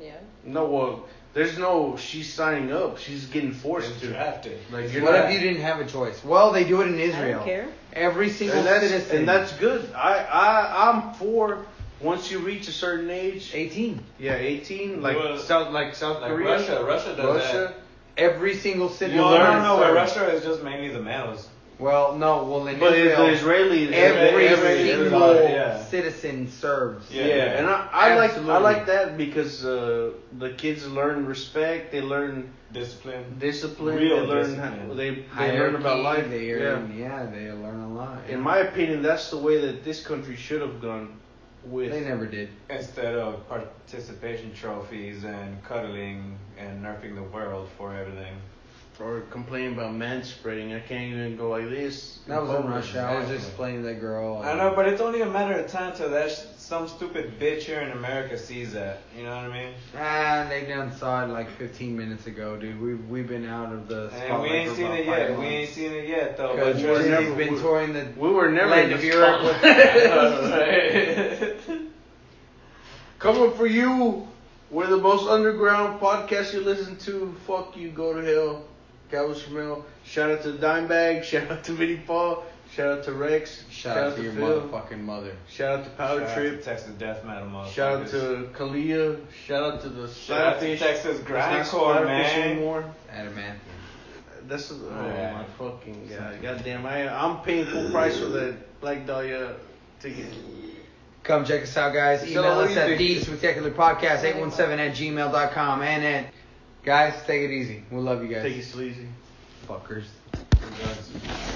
S4: Yeah.
S1: No, well, there's no she's signing up. She's getting forced
S2: They're
S1: to.
S2: drafted.
S1: Like you're
S3: What
S1: not.
S3: if you didn't have a choice? Well, they do it in Israel.
S4: I don't care.
S3: Every single
S1: and that's
S3: citizen.
S1: and that's good. I I I'm for once you reach a certain age.
S3: 18.
S1: Yeah, 18. Like
S2: Well,
S1: South like South
S2: Like
S1: Korea.
S2: Russia, Russia does
S1: Russia.
S3: Every single
S2: that.
S3: citizen.
S2: No, no, no.
S1: sir.
S2: With Russia, it's just mainly the males.
S3: Well, no. Well, in
S1: But
S3: Israel,
S1: the Israelis,
S3: every,
S2: every-
S3: single
S2: everybody, yeah.
S3: citizen serves.
S1: Yeah,
S2: Yeah.
S1: and I, I like I
S3: Absolutely.
S1: like that because uh, the kids learn respect. They learn
S2: Discipline.
S1: discipline.
S2: Real
S1: they learn
S2: discipline.
S1: How, they they
S3: Hierarchy,
S1: learn about life.
S3: They
S1: yeah.
S3: learn, yeah. they learn a lot.
S1: In my opinion, that's the way that this country should have gone with.
S3: they never did.
S2: Instead of participation trophies and cuddling and nerfing the world for everything.
S1: or complain about man spreading. I can't even go like this.
S3: That was in
S1: public.
S3: Russia. I was
S2: exactly.
S3: just playing that girl.
S2: I know, but it's only a matter of time till that sh- some stupid bitch here in America sees that. You know what I mean?
S3: Ah, they done saw it like 15 minutes ago, dude. We've we've been out of the.
S2: And we
S3: spotlight
S2: ain't
S3: for
S2: seen
S3: about
S2: it
S3: five
S2: yet. We
S3: months.
S2: ain't seen it yet, though.
S3: Because
S2: But
S1: we're
S2: trust
S3: Jersey's
S2: me,
S1: never-
S3: been
S1: we-
S3: touring the
S1: We were never
S3: land
S1: in
S3: of
S1: the
S3: Europe. [laughs]
S2: [laughs]
S1: Coming for you. We're the most underground podcast you listen to. Fuck you, go to hell. Cowboys from hell. Shout out to Dimebag. [laughs] Shout out to Vinny Paul. Shout out to Rex.
S3: Shout out to your motherfucking mother.
S1: Shout out to Power
S2: Shout out to
S1: Trip.
S2: Texas Death Metal, motherfuckers.
S1: Shout out to Kalia. Shout out to the
S2: Shout out to
S1: Splatterfish.
S2: Texas
S1: It's not
S2: Grindcore,
S1: Splatterfish
S2: man.
S1: anymore.
S3: Adamanthium.
S1: That's oh
S2: Yeah.
S1: my fucking god, goddamn! I I'm paying full price for that Black Dahlia ticket.
S3: Come check us out, guys.
S1: So,
S3: Email
S1: what do
S3: us
S1: you
S3: at
S1: think?
S3: the spectacular podcast 817 at gmail.com. And at, guys, take it easy. We love you guys.
S1: Take it sleazy.
S3: Fuckers.
S2: Congrats.